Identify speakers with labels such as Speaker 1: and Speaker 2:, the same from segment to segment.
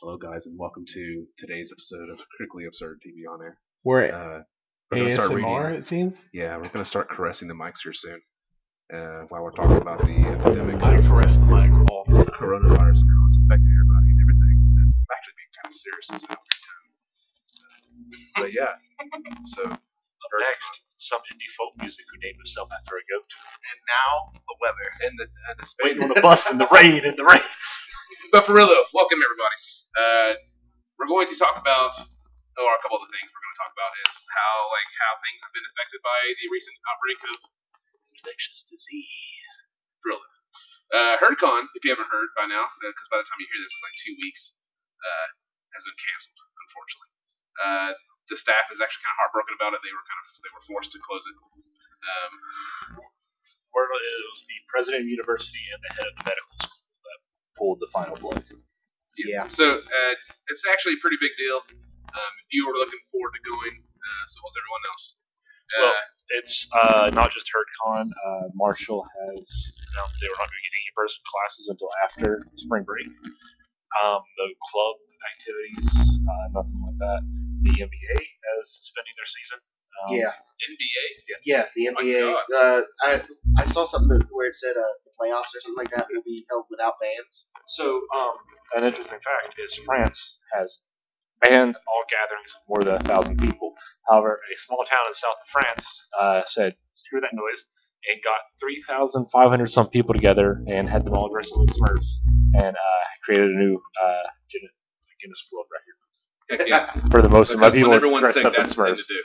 Speaker 1: Hello, guys, and welcome to today's episode of Critically Absurd TV on Air.
Speaker 2: We're at
Speaker 1: Uh, we're gonna start
Speaker 2: ASMR,
Speaker 1: reading-
Speaker 2: it seems.
Speaker 1: Yeah, we're gonna start caressing the mics here soon. Uh, while we're talking about the epidemic
Speaker 2: I
Speaker 1: of
Speaker 2: caress the mic all the time.
Speaker 1: coronavirus and how it's affecting everybody and everything, and I'm actually being kind of serious this afternoon. But yeah, so
Speaker 3: Up next, somebody default music who named himself after a goat.
Speaker 2: And now, the weather.
Speaker 1: and the and the
Speaker 3: Waiting
Speaker 1: space.
Speaker 3: on a bus in the rain, in the rain.
Speaker 1: But for real though, welcome everybody. Uh, we're going to talk about or a couple of the things we're going to talk about is how like how things have been affected by the recent outbreak of infectious disease. For real though. Uh, HerdCon, if you haven't heard by now, because by the time you hear this, it's like two weeks, uh, has been canceled, unfortunately. Uh, the staff is actually kind of heartbroken about it. They were kind of they were forced to close it. Um,
Speaker 3: Where it was the president of the university and the head of the medical school that pulled the final blow.
Speaker 2: Yeah.
Speaker 1: So uh, it's actually a pretty big deal. Um, if you were looking forward to going, uh, so was everyone else. Uh,
Speaker 3: Well- It's uh, not just HerdCon. Uh, Marshall has announced they were not going to get any in-person classes until after spring break. Um, no club activities, uh, nothing like that. The NBA is suspending their season. Um,
Speaker 4: Yeah,
Speaker 1: NBA.
Speaker 4: yeah. The
Speaker 1: my
Speaker 4: NBA. uh, I I saw something that- where it said uh, the playoffs or something like that will be held without fans.
Speaker 3: So, um, an interesting fact is France has banned all gatherings of more than a thousand people. However, a small town in the south of France uh, said, "Screw that noise," and got three thousand five hundred some people together and had them all dressed up like Smurfs and uh, created a new uh, Guin- Guinness World Record
Speaker 1: Heck yeah.
Speaker 3: for the most amount
Speaker 1: Because when
Speaker 3: of people
Speaker 1: everyone's
Speaker 3: dressed
Speaker 1: sick,
Speaker 3: up in
Speaker 1: that's the thing
Speaker 3: Smurfs.
Speaker 1: to do.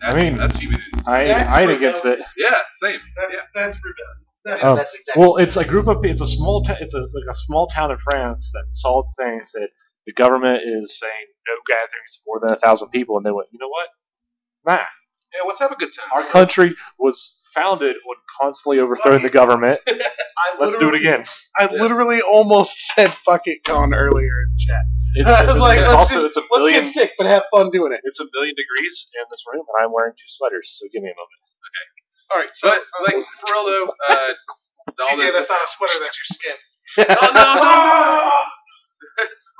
Speaker 3: I
Speaker 1: That's,
Speaker 3: mean-
Speaker 1: that's humanity.
Speaker 3: I
Speaker 2: That's
Speaker 3: I ain't
Speaker 2: pretty
Speaker 3: against it.
Speaker 1: Yeah, same.
Speaker 2: That's,
Speaker 1: Yeah.
Speaker 2: that's rebellion.
Speaker 4: That's,
Speaker 3: Um,
Speaker 4: that's exactly.
Speaker 3: Well, it's a group of it's a small t- it's a like a small town in France that saw the thing and said the government is saying no gatherings of more than a thousand people, and they went, you know what? Nah,
Speaker 1: Yeah, let's have a good time.
Speaker 3: our country was founded on constantly overthrowing the government.
Speaker 2: I
Speaker 3: Let's do it
Speaker 2: literally-
Speaker 3: again.
Speaker 2: I
Speaker 1: Yes.
Speaker 2: literally almost said "fuck it" con earlier in chat.
Speaker 3: It-
Speaker 2: I was
Speaker 3: it's
Speaker 2: like, let's
Speaker 3: also
Speaker 2: just-
Speaker 3: it's a
Speaker 2: Let's
Speaker 3: million
Speaker 2: get sick, but have fun doing it.
Speaker 3: it's a million degrees in this room, and I'm wearing two sweaters. So give me a moment.
Speaker 1: All right, but like for real though, uh, all the-
Speaker 2: a sweater. That's your skin.
Speaker 1: Oh, no, no!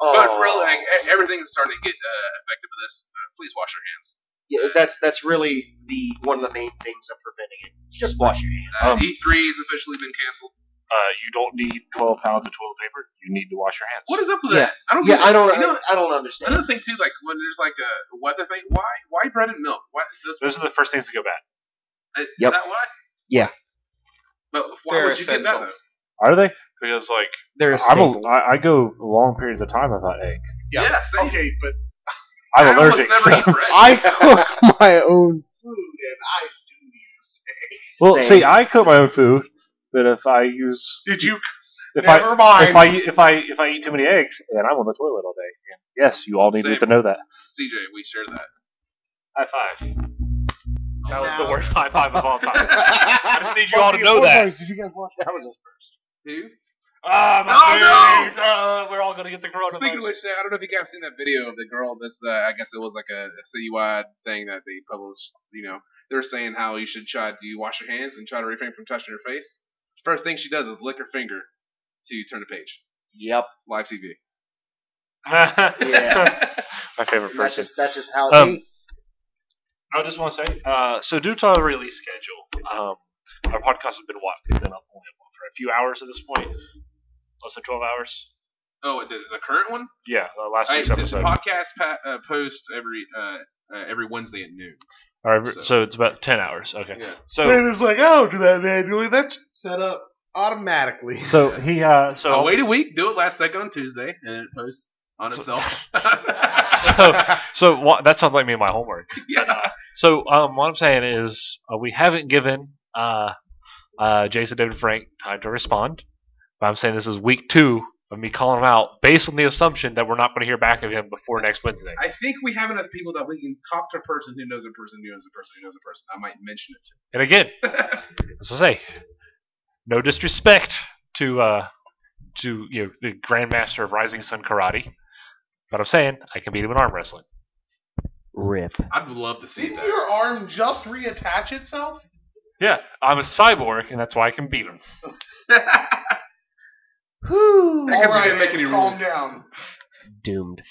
Speaker 4: Oh.
Speaker 1: But for real, like, e- everything is starting to get uh, affected by this. Uh, please wash your hands.
Speaker 4: Yeah, that's that's really the one of the main things of preventing it. Just wash your hands.
Speaker 1: Uh,
Speaker 3: Um,
Speaker 1: E3 has officially been canceled.
Speaker 3: Uh, you don't need 12 pounds of toilet paper. You need to wash your hands.
Speaker 1: What is up with
Speaker 4: Yeah.
Speaker 1: that? I don't.
Speaker 4: Yeah,
Speaker 1: get it.
Speaker 4: I don't
Speaker 1: You know,
Speaker 4: I, I don't understand.
Speaker 1: Another thing too, like when there's like a weather thing, why why bread and milk? Why this,
Speaker 3: Those are the first things to go bad.
Speaker 1: is
Speaker 4: Yep.
Speaker 1: that why?
Speaker 4: Yeah.
Speaker 1: But why
Speaker 2: They're
Speaker 1: would you get that
Speaker 2: essential.
Speaker 1: though?
Speaker 3: Are they? Because like
Speaker 4: They're a
Speaker 3: I'm a,
Speaker 4: staple.
Speaker 3: I, I go long periods of time without egg.
Speaker 1: Yeah,
Speaker 2: Yeah.
Speaker 1: same.
Speaker 2: Okay, but
Speaker 3: I'm
Speaker 1: I almost
Speaker 3: allergic.
Speaker 1: never
Speaker 3: so-
Speaker 1: eat bread.
Speaker 2: I cook my own food, and I do use.
Speaker 3: well,
Speaker 4: Same.
Speaker 3: see, I cook my own food, but if I use
Speaker 2: Did you?
Speaker 3: if
Speaker 2: never
Speaker 3: I
Speaker 2: mind.
Speaker 3: if I if I if I eat too many eggs, then I'm on the toilet all day. And yes, you all need
Speaker 1: Same.
Speaker 3: to know that.
Speaker 1: CJ, we share that. Oh,
Speaker 3: High five. That was
Speaker 4: Now-
Speaker 3: the worst high five of all time. I just need you all to
Speaker 2: Fucking
Speaker 3: know that.
Speaker 2: Did you guys watch
Speaker 3: That was
Speaker 1: Dude,
Speaker 3: ah,
Speaker 1: Oh,
Speaker 3: my
Speaker 1: no!
Speaker 3: face. Uh, we're all gonna get the
Speaker 1: speaking of
Speaker 3: coronavirus.
Speaker 1: which, I don't know if you guys seen that video of the girl. This uh, I guess it was like a, a citywide thing that they published. You know, they were saying how you should try. Do you wash your hands and try to refrain from touching your face? First thing she does is lick her finger to turn the page.
Speaker 4: Yep.
Speaker 1: Live TV.
Speaker 4: Yeah.
Speaker 3: my favorite
Speaker 4: And that's
Speaker 3: person.
Speaker 4: just that's just how.
Speaker 3: Um,
Speaker 4: they,
Speaker 3: I just want to say, uh, so due to our release schedule, um, our podcast has been what? It's been up only up for a few hours at this point, less than twelve hours.
Speaker 1: Oh, the, the current one.
Speaker 3: Yeah, uh, last
Speaker 1: I,
Speaker 3: week's
Speaker 1: so the
Speaker 3: episode.
Speaker 1: podcast pa- uh, post every uh, uh, every Wednesday at noon.
Speaker 3: All right,
Speaker 1: so-
Speaker 3: so. it's about ten hours. Okay,
Speaker 1: Yeah.
Speaker 3: so
Speaker 2: it's like, I don't do that manually. That's set up automatically.
Speaker 3: so he uh, so
Speaker 1: Uh, wait a week, do it last second on Tuesday, and it posts on
Speaker 3: So-
Speaker 1: itself.
Speaker 3: so so wha- that sounds like me and my homework.
Speaker 1: yeah.
Speaker 3: So um, what I'm saying is uh, we haven't given uh, uh, Jason David Frank time to respond. But I'm saying this is week two of me calling him out based on the assumption that we're not going to hear back of him before next Wednesday.
Speaker 1: I think we have enough people that we can talk to a person who knows a person who knows a person who knows a person. I might mention it.
Speaker 3: And again,
Speaker 1: To
Speaker 3: as I say, no disrespect to uh, to you know, the grandmaster of Rising Sun Karate, but I'm saying I can beat him in arm wrestling.
Speaker 4: Rip.
Speaker 1: I'd love to see
Speaker 2: Didn't
Speaker 1: that.
Speaker 2: your arm just reattach itself?
Speaker 3: Yeah, I'm a cyborg, and that's why I can beat him.
Speaker 1: I guess we didn't make any
Speaker 2: calm
Speaker 1: rules.
Speaker 2: down.
Speaker 4: doomed.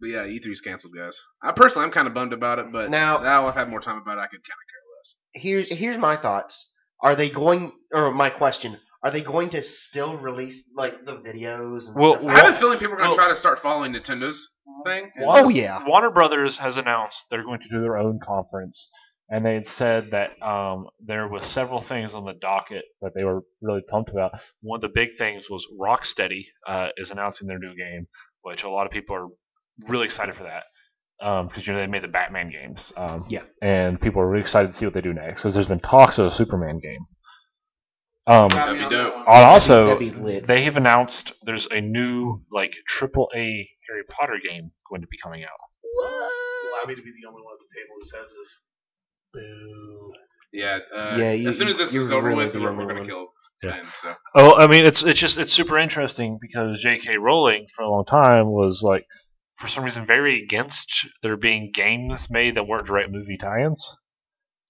Speaker 1: But yeah, E3's canceled, guys. I personally, I'm kind of bummed about it, but
Speaker 4: Now-
Speaker 1: now I've had more time about it, I could kind of care less.
Speaker 4: Here's here's my thoughts. Are they going? Or my question: Are they going to still release like the videos? And
Speaker 3: Well,
Speaker 4: stuff?
Speaker 1: I have a feeling people are going to
Speaker 3: well-
Speaker 1: try to start following Nintendo's thing. and-
Speaker 4: Oh yeah.
Speaker 3: Warner Brothers has announced they're going to do their own conference, and they had said that um, there was several things on the docket that they were really pumped about. One of the big things was Rocksteady uh, is announcing their new game, which a lot of people are really excited for that because you know they made the Batman games. Um,
Speaker 4: Yeah.
Speaker 3: and people are really excited to see what they do next because there's been talks of a Superman game. Um,
Speaker 1: That'd be dope.
Speaker 3: and also,
Speaker 4: That'd be lit.
Speaker 3: they have announced there's a new like triple A Harry Potter game going to be coming out.
Speaker 2: Allow me to be the only one at the table who says this. Boo.
Speaker 1: Yeah. Uh,
Speaker 4: Yeah, you-
Speaker 1: as soon as this
Speaker 4: you're
Speaker 1: is over
Speaker 4: really
Speaker 1: with,
Speaker 4: the
Speaker 1: we're,
Speaker 4: only
Speaker 1: we're going
Speaker 4: one.
Speaker 1: to kill
Speaker 3: Yeah.
Speaker 1: him. So.
Speaker 3: Oh, I mean, it's it's just it's super interesting because J.K. Rowling for a long time was like, for some reason, very against there being games made that weren't direct movie tie-ins.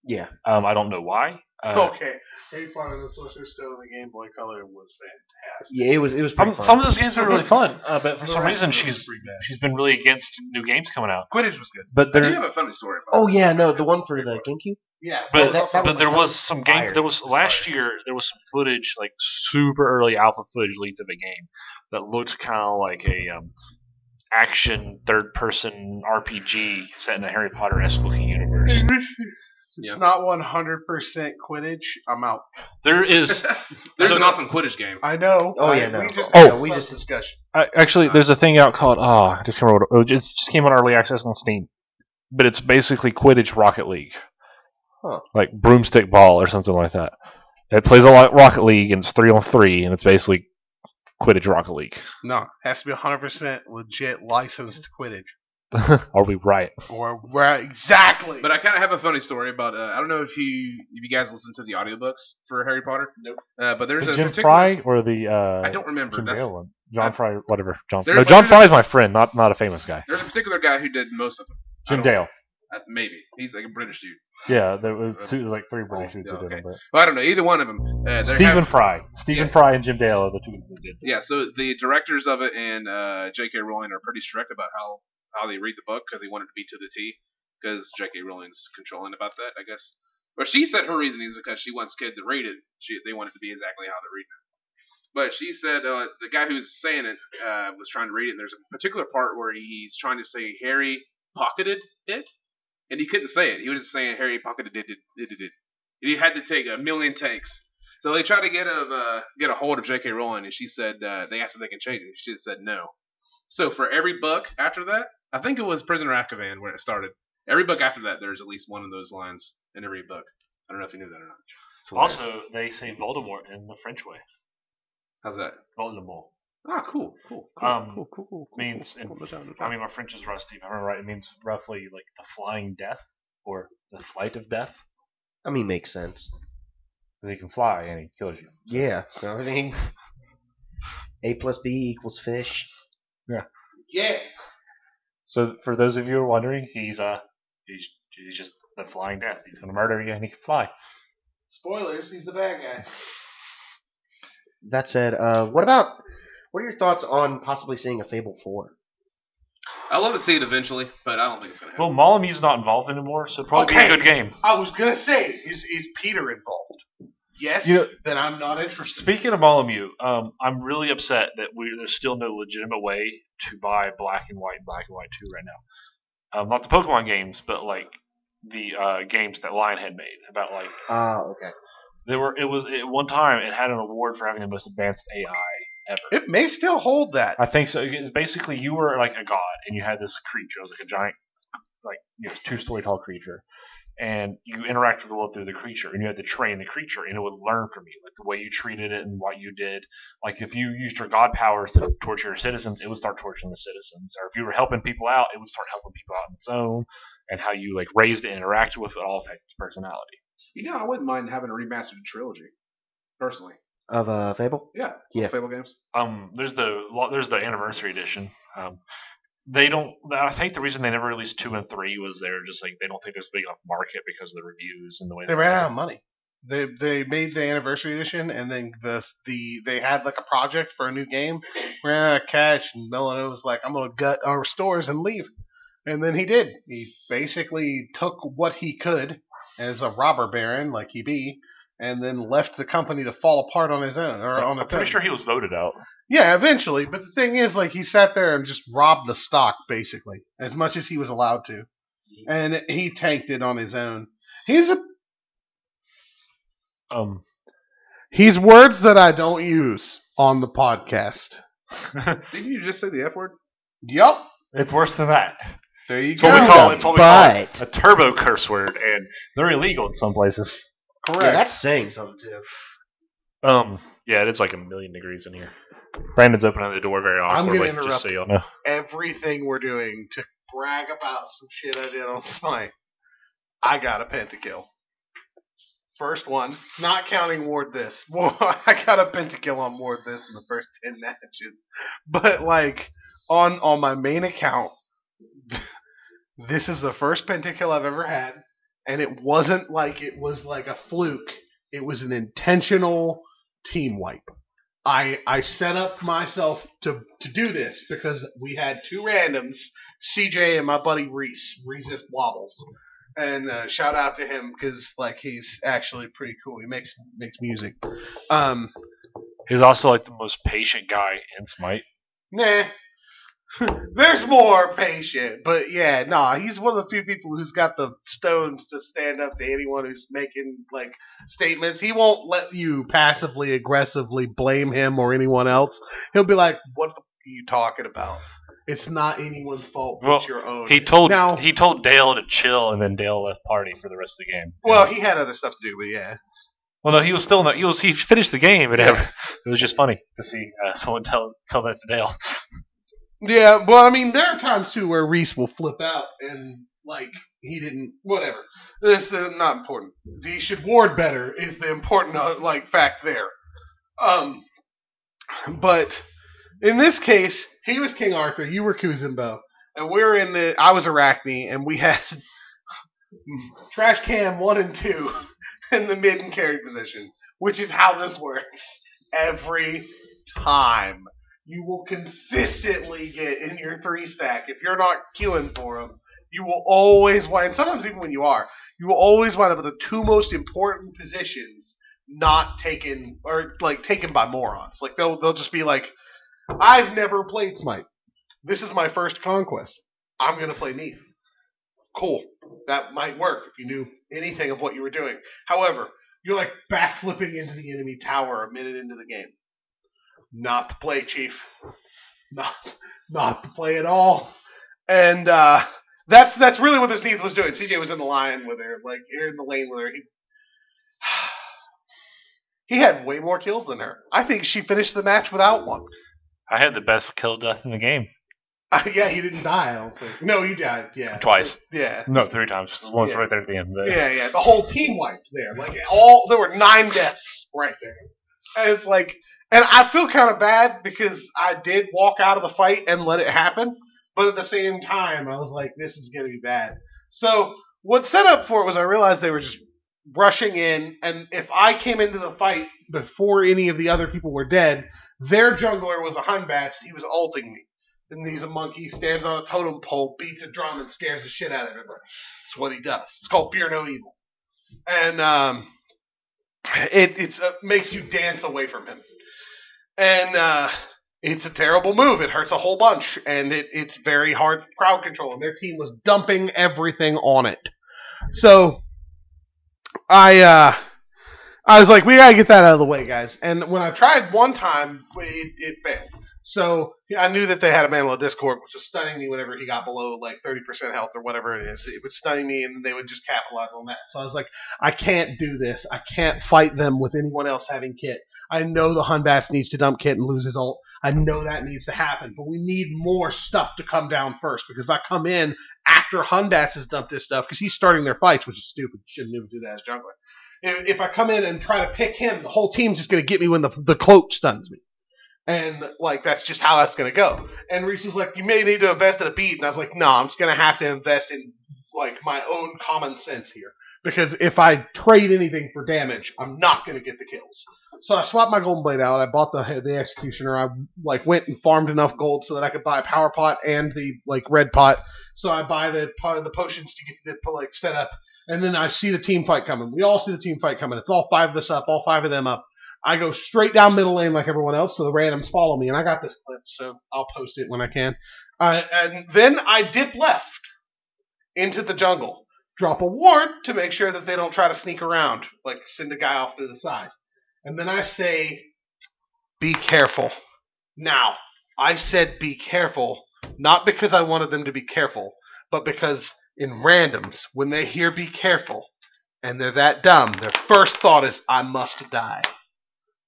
Speaker 4: Yeah.
Speaker 3: Um, I don't know why. Uh,
Speaker 2: okay, Harry Potter and the Sorcerer's Stone on the Game Boy Color was fantastic.
Speaker 4: Yeah, it was it was pretty
Speaker 3: um,
Speaker 4: fun.
Speaker 3: some of those games are really fun, uh, but for
Speaker 2: The
Speaker 3: some
Speaker 2: rest
Speaker 3: reason
Speaker 2: of it was
Speaker 3: she's
Speaker 2: pretty bad.
Speaker 3: she's been really against new games coming out.
Speaker 2: Quidditch was good.
Speaker 3: But
Speaker 1: They do
Speaker 3: there,
Speaker 1: have a funny story. about
Speaker 4: oh
Speaker 1: it.
Speaker 4: yeah, no, the one for the GameCube.
Speaker 2: Yeah,
Speaker 3: But-
Speaker 2: it was also-
Speaker 4: that
Speaker 3: but
Speaker 4: was-
Speaker 3: there
Speaker 4: that
Speaker 3: was
Speaker 4: was
Speaker 3: some game.
Speaker 4: fire.
Speaker 3: There was last
Speaker 1: Fire.
Speaker 3: year. There was some footage, like super early alpha footage leaked of a game that looked kind of like a um, action third person RPG set in a Harry Potter esque looking universe.
Speaker 2: it's
Speaker 1: Yeah.
Speaker 2: not 100% Quidditch. I'm out.
Speaker 3: There is
Speaker 1: There's
Speaker 3: So-
Speaker 1: an awesome Quidditch game.
Speaker 2: I know.
Speaker 4: Oh,
Speaker 2: I-
Speaker 4: yeah, no.
Speaker 2: We just
Speaker 3: Oh,
Speaker 2: had
Speaker 4: we
Speaker 2: some
Speaker 4: just-
Speaker 2: discussion.
Speaker 3: I, actually there's a thing out called ah I just can't remember what it, it just came on early access on Steam, but it's basically Quidditch Rocket League,
Speaker 4: Huh.
Speaker 3: like broomstick ball or something like that. It plays a lot Rocket League and it's three on three and it's basically Quidditch Rocket League.
Speaker 2: No, has to be 100% legit licensed Quidditch.
Speaker 3: Are we right?
Speaker 2: Or where exactly?
Speaker 1: But I kind of have a funny story about. Uh, I don't know if you if you guys listen to the audiobooks for Harry Potter.
Speaker 2: Nope.
Speaker 1: Uh, but there's
Speaker 3: the
Speaker 1: a
Speaker 3: Jim
Speaker 1: particular.
Speaker 3: Fry or the uh,
Speaker 1: I don't remember.
Speaker 3: Jim
Speaker 1: That's-
Speaker 3: Dale one. John
Speaker 1: I-
Speaker 3: Fry, whatever. John.
Speaker 1: There-
Speaker 3: no,
Speaker 1: but
Speaker 3: John
Speaker 1: there's
Speaker 3: Fry is my friend, not not a famous guy.
Speaker 1: There's a particular guy who did most of them. I
Speaker 3: Jim
Speaker 1: don't-
Speaker 3: Dale.
Speaker 1: Uh, maybe he's like a British dude.
Speaker 3: Yeah, there was, there was like three British dudes who
Speaker 1: Oh, yeah,
Speaker 3: did it.
Speaker 1: okay.
Speaker 3: But.
Speaker 1: Well, I don't know either one of them. Uh, they're
Speaker 3: Stephen
Speaker 1: half-
Speaker 3: Fry, Stephen
Speaker 1: Yeah.
Speaker 3: Fry, and Jim Dale are the two dudes who did. it.
Speaker 1: yeah, so the directors of it and uh, J.K. Rowling are pretty strict about how, how they read the book because they want it to be to the T because J.K. Rowling's controlling about that, I guess. But she said her reasoning is because she wants kid to read it. She, they want it to be exactly how they're reading it. But she said uh, the guy who's saying it uh, was trying to read it, and there's a particular part where he's trying to say Harry pocketed it, and he couldn't say it. He was just saying Harry pocketed it, it, it, it, it. And he had to take a million takes. So they tried to get of uh, get a hold of J.K. Rowling, and she said uh, they asked if they can change it. She just said no. So for every book after that, I think it was Prisoner of Azkaban where it started. Every book after that, there's at least one of those lines in every book. I don't know if you knew that or not. It's hilarious.
Speaker 3: Also, they say Voldemort in the French way.
Speaker 1: how's that?
Speaker 3: Voldemort
Speaker 1: Ah, cool, cool. cool.
Speaker 3: um,
Speaker 2: cool, cool,
Speaker 3: means, in, I mean, my French is rusty. If I remember right, it means roughly like the flying death or the flight of death,
Speaker 4: I mean, makes sense.
Speaker 3: because he can fly and he kills you. So-
Speaker 4: Yeah, so I think A plus B equals fish.
Speaker 2: yeah.
Speaker 3: So for those of you who are wondering, he's uh he's he's just the flying death. He's gonna murder you and he can fly.
Speaker 2: Spoilers, he's the bad guy.
Speaker 4: That said, uh, what about what are your thoughts on possibly seeing a Fable Four?
Speaker 1: I love to see it eventually, but I don't think it's gonna happen.
Speaker 3: Well, Malamu's not involved anymore, so it'd probably be a
Speaker 2: Okay.
Speaker 3: good game.
Speaker 2: I was gonna say, is is Peter involved? Yes,
Speaker 3: You know-
Speaker 2: then I'm not interested.
Speaker 3: Speaking of Malamu, um, I'm really upset that we there's still no legitimate way to buy Black and White and Black and White Two right now. Um, not the Pokemon games, but like the uh, games that Lionhead made about like
Speaker 4: Ah, okay.
Speaker 3: There were it was at one time it had an award for having the most advanced AI ever.
Speaker 2: It may still hold that.
Speaker 3: I think so. It's basically you were like a god and you had this creature. It was like a giant, like you know, two story tall creature, and you interacted with the world through the creature, and you had to train the creature, and it would learn from you, like the way you treated it and what you did. Like if you used your god powers to torture your citizens, it would start torturing the citizens. Or if you were helping people out, it would start helping people out on its own. And how you like raised it, and interacted with it, all affect its personality.
Speaker 1: you know, I wouldn't mind having a remastered trilogy, personally.
Speaker 4: Of uh, Fable.
Speaker 1: Yeah,
Speaker 4: Yeah.
Speaker 1: Fable games.
Speaker 3: um there's the lo- there's the anniversary edition um they don't i think the reason they never released two and three was they're just like they don't think there's a big enough market because of the reviews and the way
Speaker 2: They ran out of money. They they made the anniversary edition, and then the the they had like a project for a new game, ran out of cash, and Milano was like, "I'm gonna gut our stores and leave," and then he did. He basically took what he could as a robber baron, like he be, and then left the company to fall apart on his own or on
Speaker 5: I'm
Speaker 2: its
Speaker 5: pretty
Speaker 2: own.
Speaker 5: sure he was voted out.
Speaker 2: Yeah, eventually. But the thing is, like, he sat there and just robbed the stock, basically, as much as he was allowed to. And he tanked it on his own. He's a.
Speaker 5: Um,
Speaker 2: He's words that I don't use on the podcast.
Speaker 1: Didn't you just say the F word?
Speaker 2: Yup.
Speaker 5: it's worse than that.
Speaker 2: There you
Speaker 5: It's
Speaker 2: go.
Speaker 5: what we call it's what we call
Speaker 4: But
Speaker 5: a turbo curse word, and they're illegal in some places.
Speaker 2: Correct.
Speaker 4: yeah, that's saying something too.
Speaker 5: Um, yeah, it's like a million degrees in here. Brandon's opening the door very
Speaker 2: I'm
Speaker 5: awkwardly.
Speaker 2: gonna
Speaker 5: Just so y'all know.
Speaker 2: Everything we're doing to brag about some shit I did on Smite. I got a pentakill. First one, not counting Ward this. Well, I got a pentakill on Ward this in the first ten matches, but like on on my main account, this is the first pentakill I've ever had, and it wasn't like it was like a fluke. It was an intentional team wipe. I I set up myself to to do this because we had two randoms, CJ and my buddy Reese, Reese's Wobbles, and uh, shout out to him because like he's actually pretty cool. He makes makes music. Um,
Speaker 5: He's also like the most patient guy in Smite.
Speaker 2: nah, there's more patient, but yeah, nah, he's one of the few people who's got the stones to stand up to anyone who's making like statements. He won't let you passively aggressively blame him or anyone else. He'll be like, "What the f- are you talking about?" It's not anyone's fault.
Speaker 5: Well,
Speaker 2: it's your own.
Speaker 5: He told
Speaker 2: Now-
Speaker 5: he told Dale to chill, and then Dale left party for the rest of the game.
Speaker 2: well, he had other stuff to do, but yeah.
Speaker 5: well, no, he was still in the, he was he finished the game, and
Speaker 2: Yeah.
Speaker 5: it was just funny to see uh, someone tell tell that to Dale.
Speaker 2: Yeah, well, I mean, there are times too where Reese will flip out and like he didn't. Whatever. This is not important. He should ward better is the important uh, like fact there. Um, but in this case, he was King Arthur. You were Kuzimbo, and we are in the. I was Arachne, and we had trash can one and two in the mid and carry position, which is how this works every time you will consistently get in your three stack if you're not queuing for them. You will always wind. Sometimes even when you are, you will always wind up at the two most important positions not taken or like taken by morons. Like they'll they'll just be like, "I've never played Smite. This is my first conquest. I'm gonna play Neath." Cool. That might work if you knew anything of what you were doing. However, you're like backflipping into the enemy tower a minute into the game not the play, Chief. Not not the play at all. And uh, that's that's really what this Neath was doing. CJ was in the line with her, like or in the lane with her. He, he had way more kills than her. I think she finished the match without one.
Speaker 5: I had the best kill death in the game
Speaker 2: yeah, he didn't die. I don't think. No, he died. Yeah,
Speaker 5: twice,
Speaker 2: Yeah.
Speaker 5: no, three times. Just Once
Speaker 2: Yeah.
Speaker 5: right there at the end. But
Speaker 2: Yeah, yeah. The whole team wiped there. Like all there were nine deaths right there. And it's like and I feel kind of bad because I did walk out of the fight and let it happen, but at the same time I was like this is going to be bad. So, what set up for it was I realized they were just rushing in and if I came into the fight before any of the other people were dead, their jungler was a Hunbats and he was ulting me. And he's a monkey, stands on a totem pole, beats a drum, and scares the shit out of everybody. It's what he does. It's called Fear No Evil, and um, it it's uh, makes you dance away from him, and uh, it's a terrible move. It hurts a whole bunch, and it, it's very hard for crowd control. And their team was dumping everything on it, so I uh, I was like, we gotta get that out of the way, guys. And when I tried one time, it, it failed. So yeah, I knew that they had a man on Discord, which was stunning me whenever he got below like 30% health or whatever it is. It would stun me, and they would just capitalize on that. So I was like, I can't do this. I can't fight them with anyone else having kit. I know the Hunbass needs to dump kit and lose his ult. I know that needs to happen, but we need more stuff to come down first because if I come in after Hunbass has dumped his stuff, because he's starting their fights, which is stupid. You shouldn't even do that as jungler. If, if I come in and try to pick him, the whole team's just going to get me when the, the cloak stuns me. And like that's just how that's gonna go. And Reese is like, you may need to invest in a beat, and I was like, no, I'm just gonna have to invest in like my own common sense here because if I trade anything for damage, I'm not going to get the kills. So I swapped my golden blade out. I bought the the executioner. I like went and farmed enough gold so that I could buy a power pot and the like red pot. So I buy the po- the potions to get the to, like set up, and then I see the team fight coming. We all see the team fight coming. It's all five of us up, all five of them up. I go straight down middle lane like everyone else, so the randoms follow me, and I got this clip, so I'll post it when I can. Uh, and then I dip left into the jungle, drop a ward to make sure that they don't try to sneak around, like send a guy off to the side. And then I say, be careful. Now, I said be careful, not because I wanted them to be careful, but because in randoms, when they hear be careful, and they're that dumb, their first thought is, I must die.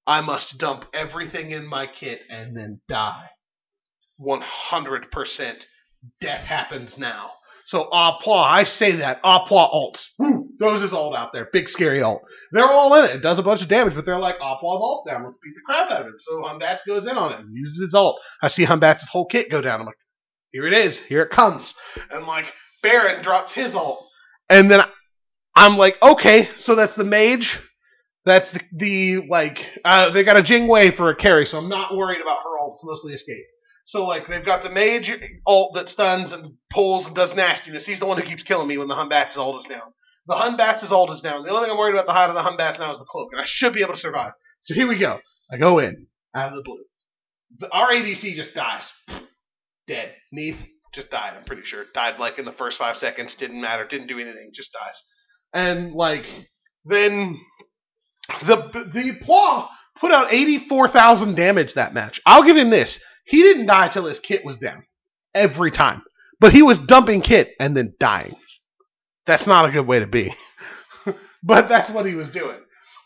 Speaker 2: I must dump everything in my kit and then die. 100% death happens now. So applaud, I say that. Applaud alts. Woo, those is alt out there. Big scary alt. They're all in it. It does a bunch of damage, but they're like, Apla's alt down. Let's beat the crap out of it. So Humbats goes in on it and uses his alt. I see Humbats' whole kit go down. I'm like, here it is. Here it comes. And like, Baron drops his alt. And then I- I'm like, okay, so that's the mage. That's the, the like, uh, they got a Jingwei for a carry, so I'm not worried about her alt. It's mostly escape. So like they've got the mage alt that stuns and pulls and does nastiness. He's the one who keeps killing me when the Hunbats' alt is down. The Hunbats' alt is down. The only thing I'm worried about the height of the Hunbats now is the cloak, and I should be able to survive. So here we go. I go in out of the blue. The, our ADC just dies, dead. Neath just died. I'm pretty sure died like in the first five seconds. Didn't matter. Didn't do anything. Just dies. And like then the the Paw put out eighty four thousand damage that match. I'll give him this. He didn't die till his kit was down every time, but he was dumping kit and then dying. That's not a good way to be, but that's what he was doing.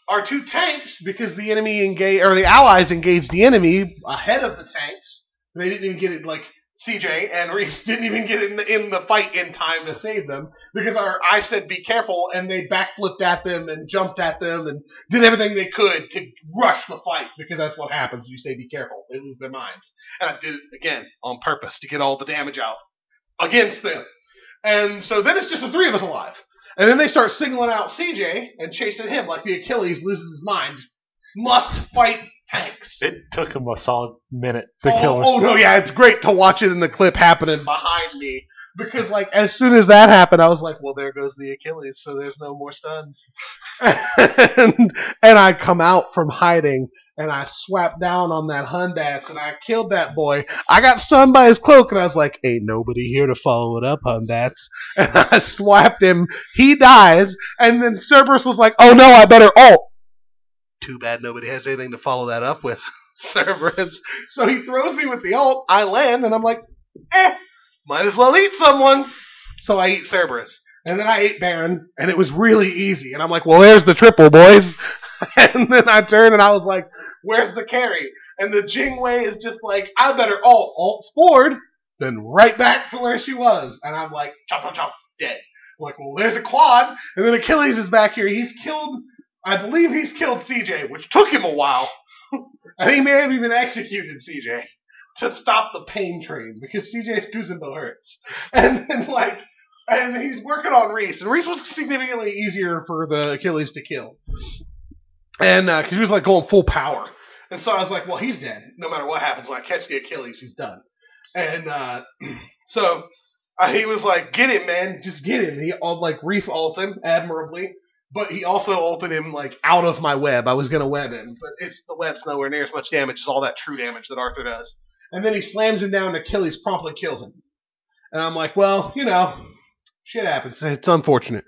Speaker 2: Our two tanks, because the enemy engage or the allies engaged the enemy ahead of the tanks, they didn't even get it. Like CJ and Reese didn't even get in the, in the fight in time to save them because our I said be careful, and they backflipped at them and jumped at them and did everything they could to rush the fight because that's what happens when you say be careful. They lose their minds. And I did it again on purpose to get all the damage out against them. And so then it's just the three of us alive. And then they start singling out CJ and chasing him like the Achilles loses his mind. Must fight tanks.
Speaker 6: It took him a solid minute to
Speaker 2: oh,
Speaker 6: kill him.
Speaker 2: oh, no, yeah, it's great to watch it in the clip happening behind me. Because like as soon as that happened, I was like, "Well, there goes the Achilles, so there's no more stuns." and and I come out from hiding and I swap down on that Hundass and I killed that boy. I got stunned by his cloak and I was like, "Ain't nobody here to follow it up, Hundass." And I swapped him. He dies, and then Cerberus was like, "Oh no, I better ult." Too bad nobody has anything to follow that up with. Cerberus. So he throws me with the alt. I land, and I'm like, eh, might as well eat someone. So I eat Cerberus. And then I ate Baron, and it was really easy. And I'm like, well, there's the triple, boys. and then I turn and I was like, where's the carry? And the Jingwei is just like, I better alt. Alt's forward, then right back to where she was. And I'm like, chop, chop, chop, dead. I'm like, well, there's a quad. And then Achilles is back here. He's killed, I believe he's killed CJ, which took him a while. I think he may have even executed CJ to stop the pain train because CJ's Kuzimbo hurts. And then, like, and he's working on Reese, and Reese was significantly easier for the Achilles to kill. And because he was like going full power. And so I was like, well, he's dead. No matter what happens, when I catch the Achilles, he's done. And uh, so uh, he was like, get it, man. Just get him. He all like Reese ulted him admirably but he also ulted him like out of my web. I was gonna web him, but it's the web's nowhere near as much damage as all that true damage that Arthur does. And then he slams him down. and Achilles promptly kills him. And I'm like, well, you know, shit happens. It's unfortunate.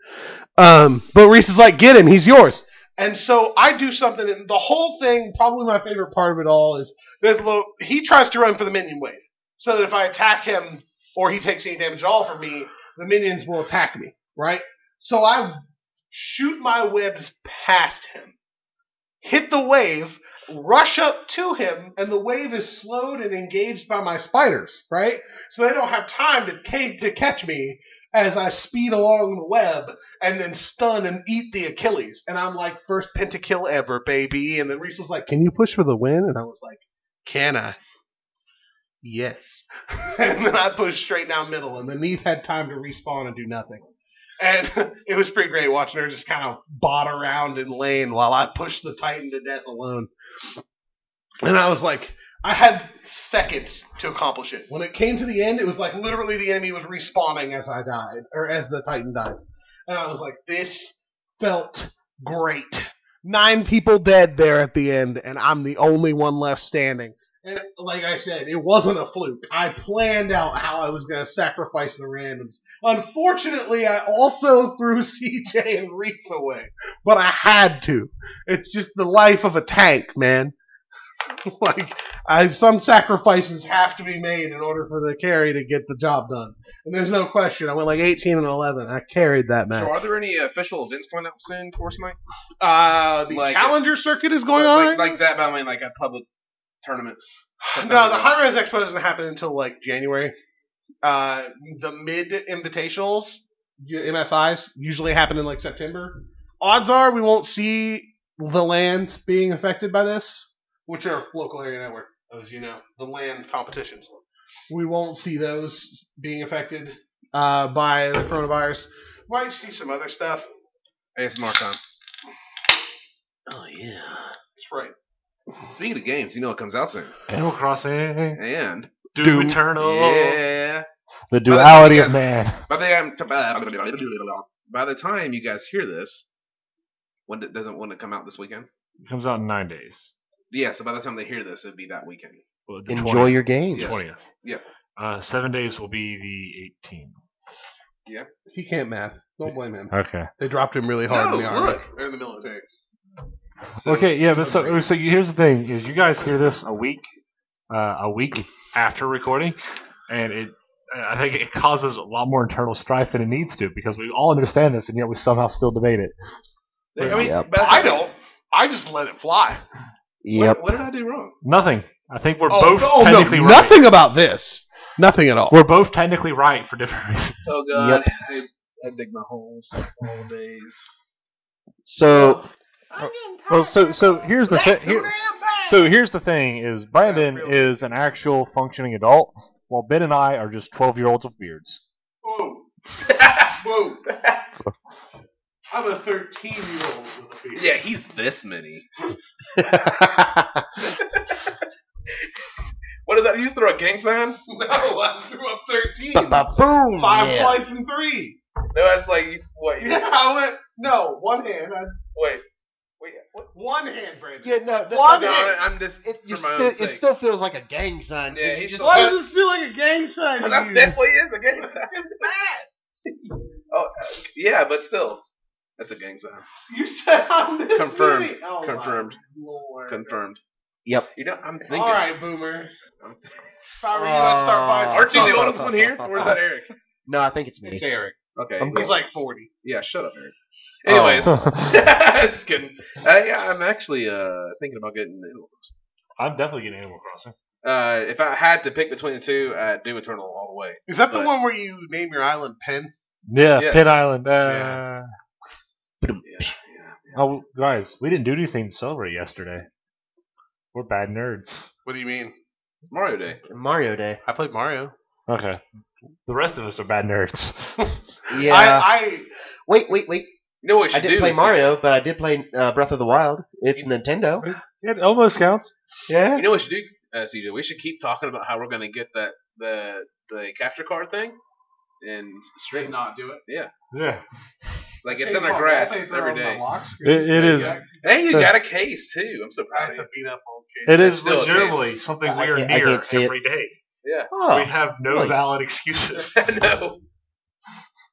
Speaker 2: Um, but Reese is like, get him. He's yours. And so I do something, and the whole thing. Probably my favorite part of it all is that Lo- he tries to run for the minion wave, so that if I attack him or he takes any damage at all from me, the minions will attack me. Right. So I shoot my webs past him, hit the wave, rush up to him, and the wave is slowed and engaged by my spiders, right? So they don't have time to, ca- to catch me as I speed along the web and then stun and eat the Achilles. And I'm like, first pentakill ever, baby. And then Reese was like, Can you push for the win? And I was like, Can I? Yes. and then I pushed straight down middle, and the Neath had time to respawn and do nothing. And it was pretty great watching her just kind of bot around in lane while I pushed the Titan to death alone. And I was like, I had seconds to accomplish it. When it came to the end, it was like literally the enemy was respawning as I died, or as the Titan died. And I was like, this felt great. Nine people dead there at the end, and I'm the only one left standing. And like I said, it wasn't a fluke. I planned out how I was going to sacrifice the randoms. Unfortunately, I also threw CJ and Reese away, but I had to. It's just the life of a tank, man. like, I, some sacrifices have to be made in order for the carry to get the job done. And there's no question. I went like 18 and 11. I carried that match.
Speaker 1: So, are there any official events going up soon, Force Night?
Speaker 2: Uh, the
Speaker 1: Like-
Speaker 2: Challenger circuit is going on.
Speaker 1: like,
Speaker 2: right now?
Speaker 1: like that, but I mean, like at public tournaments.
Speaker 2: No, the High Res Expo doesn't happen until like January. Uh, the mid invitationals, y- MSIs, usually happen in like September. Odds are we won't see the land being affected by this, which are local area network, as you know, the land competitions. We won't see those being affected uh, by the coronavirus. Might see some other stuff.
Speaker 1: ASMR time.
Speaker 2: Oh yeah, that's right.
Speaker 1: Speaking of games, you know it comes out soon.
Speaker 3: Animal Crossing,
Speaker 1: And
Speaker 3: Doom,
Speaker 2: Doom.
Speaker 3: Eternal,
Speaker 1: yeah,
Speaker 3: the duality
Speaker 1: Yes.
Speaker 3: of man.
Speaker 1: by the time by the time you guys hear this, when it doesn't want to come out this weekend.
Speaker 3: comes out in nine days.
Speaker 1: Yeah, so by the time they hear this, it'd be that weekend.
Speaker 3: Well, the
Speaker 4: Enjoy
Speaker 3: 20th.
Speaker 4: your games.
Speaker 1: Yes.
Speaker 3: twentieth.
Speaker 1: Yep.
Speaker 3: Uh, seven days will be the 18th.
Speaker 2: He can't math. Don't blame him.
Speaker 3: Okay.
Speaker 2: They dropped him really hard
Speaker 1: No,
Speaker 2: in the army.
Speaker 1: look, they're in the military. So,
Speaker 3: okay. Yeah. But
Speaker 1: so
Speaker 3: so, so you- here's the thing: is you guys hear this a week, uh, a week after recording, and it, I think it causes a lot more internal strife than it needs to because we all understand this, and yet we somehow still debate it.
Speaker 1: I mean,
Speaker 4: Yep.
Speaker 1: but
Speaker 2: I don't. I just let it fly.
Speaker 1: What,
Speaker 4: Yep.
Speaker 1: what did I do wrong?
Speaker 3: Nothing. I think we're
Speaker 2: Oh,
Speaker 3: both
Speaker 2: no, no,
Speaker 3: technically right.
Speaker 2: nothing about this. Nothing at all.
Speaker 3: We're both technically right for different reasons.
Speaker 1: Oh
Speaker 4: God.
Speaker 1: I, I dig my holes all days.
Speaker 4: So
Speaker 3: Well, so so here's the thing. Here, so here's the thing: is Brandon
Speaker 2: Yeah, really.
Speaker 3: is an actual functioning adult, while Ben and I are just twelve year olds with beards.
Speaker 2: Whoa. Whoa. I'm a 13 year old with a beard.
Speaker 1: Yeah, he's this many. What is that? You just throw a gang sign?
Speaker 2: No, I threw up 13.
Speaker 4: boom.
Speaker 2: Five
Speaker 4: yeah.
Speaker 2: twice and three.
Speaker 1: No, that's like you- what? You
Speaker 2: Yeah,
Speaker 1: just,
Speaker 2: I went. No, one hand. I,
Speaker 1: wait, wait. What?
Speaker 2: one hand, Brandon.
Speaker 4: Yeah, no. That's
Speaker 2: One
Speaker 4: not-
Speaker 1: No,
Speaker 2: hand.
Speaker 1: I- I'm just
Speaker 4: It, you
Speaker 1: for my
Speaker 4: still,
Speaker 1: own
Speaker 4: it
Speaker 1: sake.
Speaker 4: still feels like a gang sign.
Speaker 1: Yeah,
Speaker 4: You
Speaker 1: he
Speaker 4: just-
Speaker 1: just- Why
Speaker 2: does this feel like a gang sign?
Speaker 1: Well, that's definitely is a gang sign. oh, uh, yeah, but still, that's a gang sign.
Speaker 2: You said I'm this
Speaker 1: Confirmed.
Speaker 2: many. Oh, my
Speaker 1: Confirmed.
Speaker 2: Lord.
Speaker 1: Confirmed.
Speaker 4: Yep.
Speaker 1: You know, I'm thinking.
Speaker 2: All right, Boomer.
Speaker 1: I'm-
Speaker 2: If I were you, I'd start buying.
Speaker 1: Aren't you the oldest one here? Or is that Eric?
Speaker 4: no, I think it's me.
Speaker 2: It's Eric.
Speaker 1: Okay.
Speaker 4: I'm
Speaker 1: yeah.
Speaker 2: He's like 40.
Speaker 1: yeah, shut up, Eric.
Speaker 2: Oh.
Speaker 1: Anyways,
Speaker 3: Oh.
Speaker 1: just kidding. Uh, yeah, I'm actually uh, thinking about getting the Animal Crossing.
Speaker 3: I'm definitely getting Animal Crossing.
Speaker 1: Uh, if I had to pick between the two, I'd do Eternal all the way.
Speaker 2: Is that the
Speaker 1: But-
Speaker 2: one where you name your island Pen?
Speaker 3: Yeah,
Speaker 1: Yes.
Speaker 3: Pit Island. Uh,
Speaker 1: Yeah. Yeah, yeah.
Speaker 3: Oh, guys, we didn't do anything to celebrate yesterday. We're bad nerds.
Speaker 2: What do you mean?
Speaker 1: It's Mario Day.
Speaker 4: Mario Day.
Speaker 2: I played Mario.
Speaker 3: Okay. The rest of us are bad nerds.
Speaker 4: Yeah.
Speaker 2: I,
Speaker 4: wait, wait, wait.
Speaker 1: You know what we should
Speaker 4: I didn't
Speaker 1: do?
Speaker 4: play
Speaker 1: is-
Speaker 4: Mario, but I did play uh, Breath of the Wild. It's Nintendo.
Speaker 3: it almost counts.
Speaker 4: Yeah.
Speaker 1: You know what we should do, uh, CJ? We should keep talking about how we're going to get that the the capture card thing and
Speaker 2: I
Speaker 1: stream.
Speaker 2: did not do it.
Speaker 3: Yeah.
Speaker 1: Like it's in our grass it's every day.
Speaker 3: It- it is-
Speaker 1: Hey, you
Speaker 3: Uh,
Speaker 1: got a case too. I'm surprised.
Speaker 2: That's a beat up old kid.
Speaker 3: It is
Speaker 1: Still a
Speaker 3: legitimately something
Speaker 4: I- I
Speaker 3: we are
Speaker 4: can't- I
Speaker 3: near
Speaker 4: can't see it.
Speaker 3: every day. we
Speaker 4: Oh,
Speaker 3: have no
Speaker 4: nice.
Speaker 3: valid excuses.
Speaker 1: no.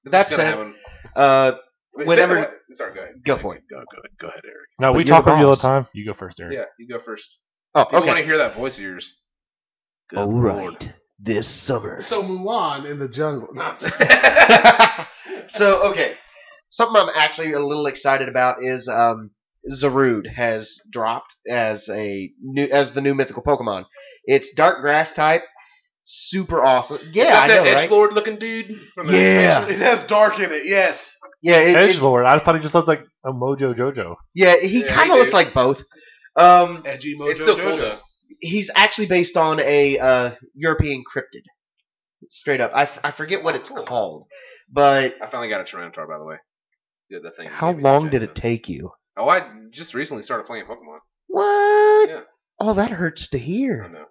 Speaker 4: That's
Speaker 1: gonna
Speaker 4: it.
Speaker 1: happen.
Speaker 4: uh,
Speaker 1: Wait,
Speaker 4: Whenever-
Speaker 1: Sorry, go ahead.
Speaker 4: go for it.
Speaker 1: Go, go, go ahead, Eric.
Speaker 3: No,
Speaker 4: But
Speaker 3: we
Speaker 4: you're
Speaker 3: talk
Speaker 4: the
Speaker 3: with you all the
Speaker 4: boss.
Speaker 3: time. You go first, Eric.
Speaker 1: Yeah, you go first.
Speaker 4: Oh,
Speaker 1: People want
Speaker 4: okay.
Speaker 1: to hear that voice of yours. Good
Speaker 4: All
Speaker 1: Lord.
Speaker 4: right. This summer.
Speaker 2: So Mulan in the jungle. Not
Speaker 4: so okay, something I'm actually a little excited about is um, Zarud has dropped as a new as the new mythical Pokemon. It's dark grass type, super awesome.
Speaker 1: Is
Speaker 4: Yeah,
Speaker 1: that
Speaker 4: I
Speaker 1: that
Speaker 4: know,
Speaker 1: edge
Speaker 4: right?
Speaker 1: lord looking dude? From the
Speaker 4: Yeah.
Speaker 1: expansions?
Speaker 2: it has dark in it. Yes.
Speaker 4: Yeah, it,
Speaker 3: Edge
Speaker 4: it's,
Speaker 3: Lord. I thought he just looked like a Mojo Jojo.
Speaker 4: yeah, he
Speaker 1: Yeah,
Speaker 4: kind
Speaker 1: he
Speaker 4: of looks
Speaker 1: do.
Speaker 4: like both. Um,
Speaker 2: Edgy Mojo.
Speaker 1: It's still cool
Speaker 2: Jojo.
Speaker 1: though.
Speaker 4: he's actually based on a uh, European cryptid. straight up. I, f- I forget what
Speaker 1: Oh,
Speaker 4: it's called, but
Speaker 1: I finally got a Tyranitar, by the way. Did the thing.
Speaker 4: how
Speaker 1: Gave me the
Speaker 4: long
Speaker 1: gem,
Speaker 4: did it
Speaker 1: though.
Speaker 4: take you?
Speaker 1: Oh, I just recently started playing Pokemon.
Speaker 4: What?
Speaker 1: Yeah.
Speaker 4: Oh, that hurts to
Speaker 1: I don't
Speaker 4: hear.
Speaker 1: know.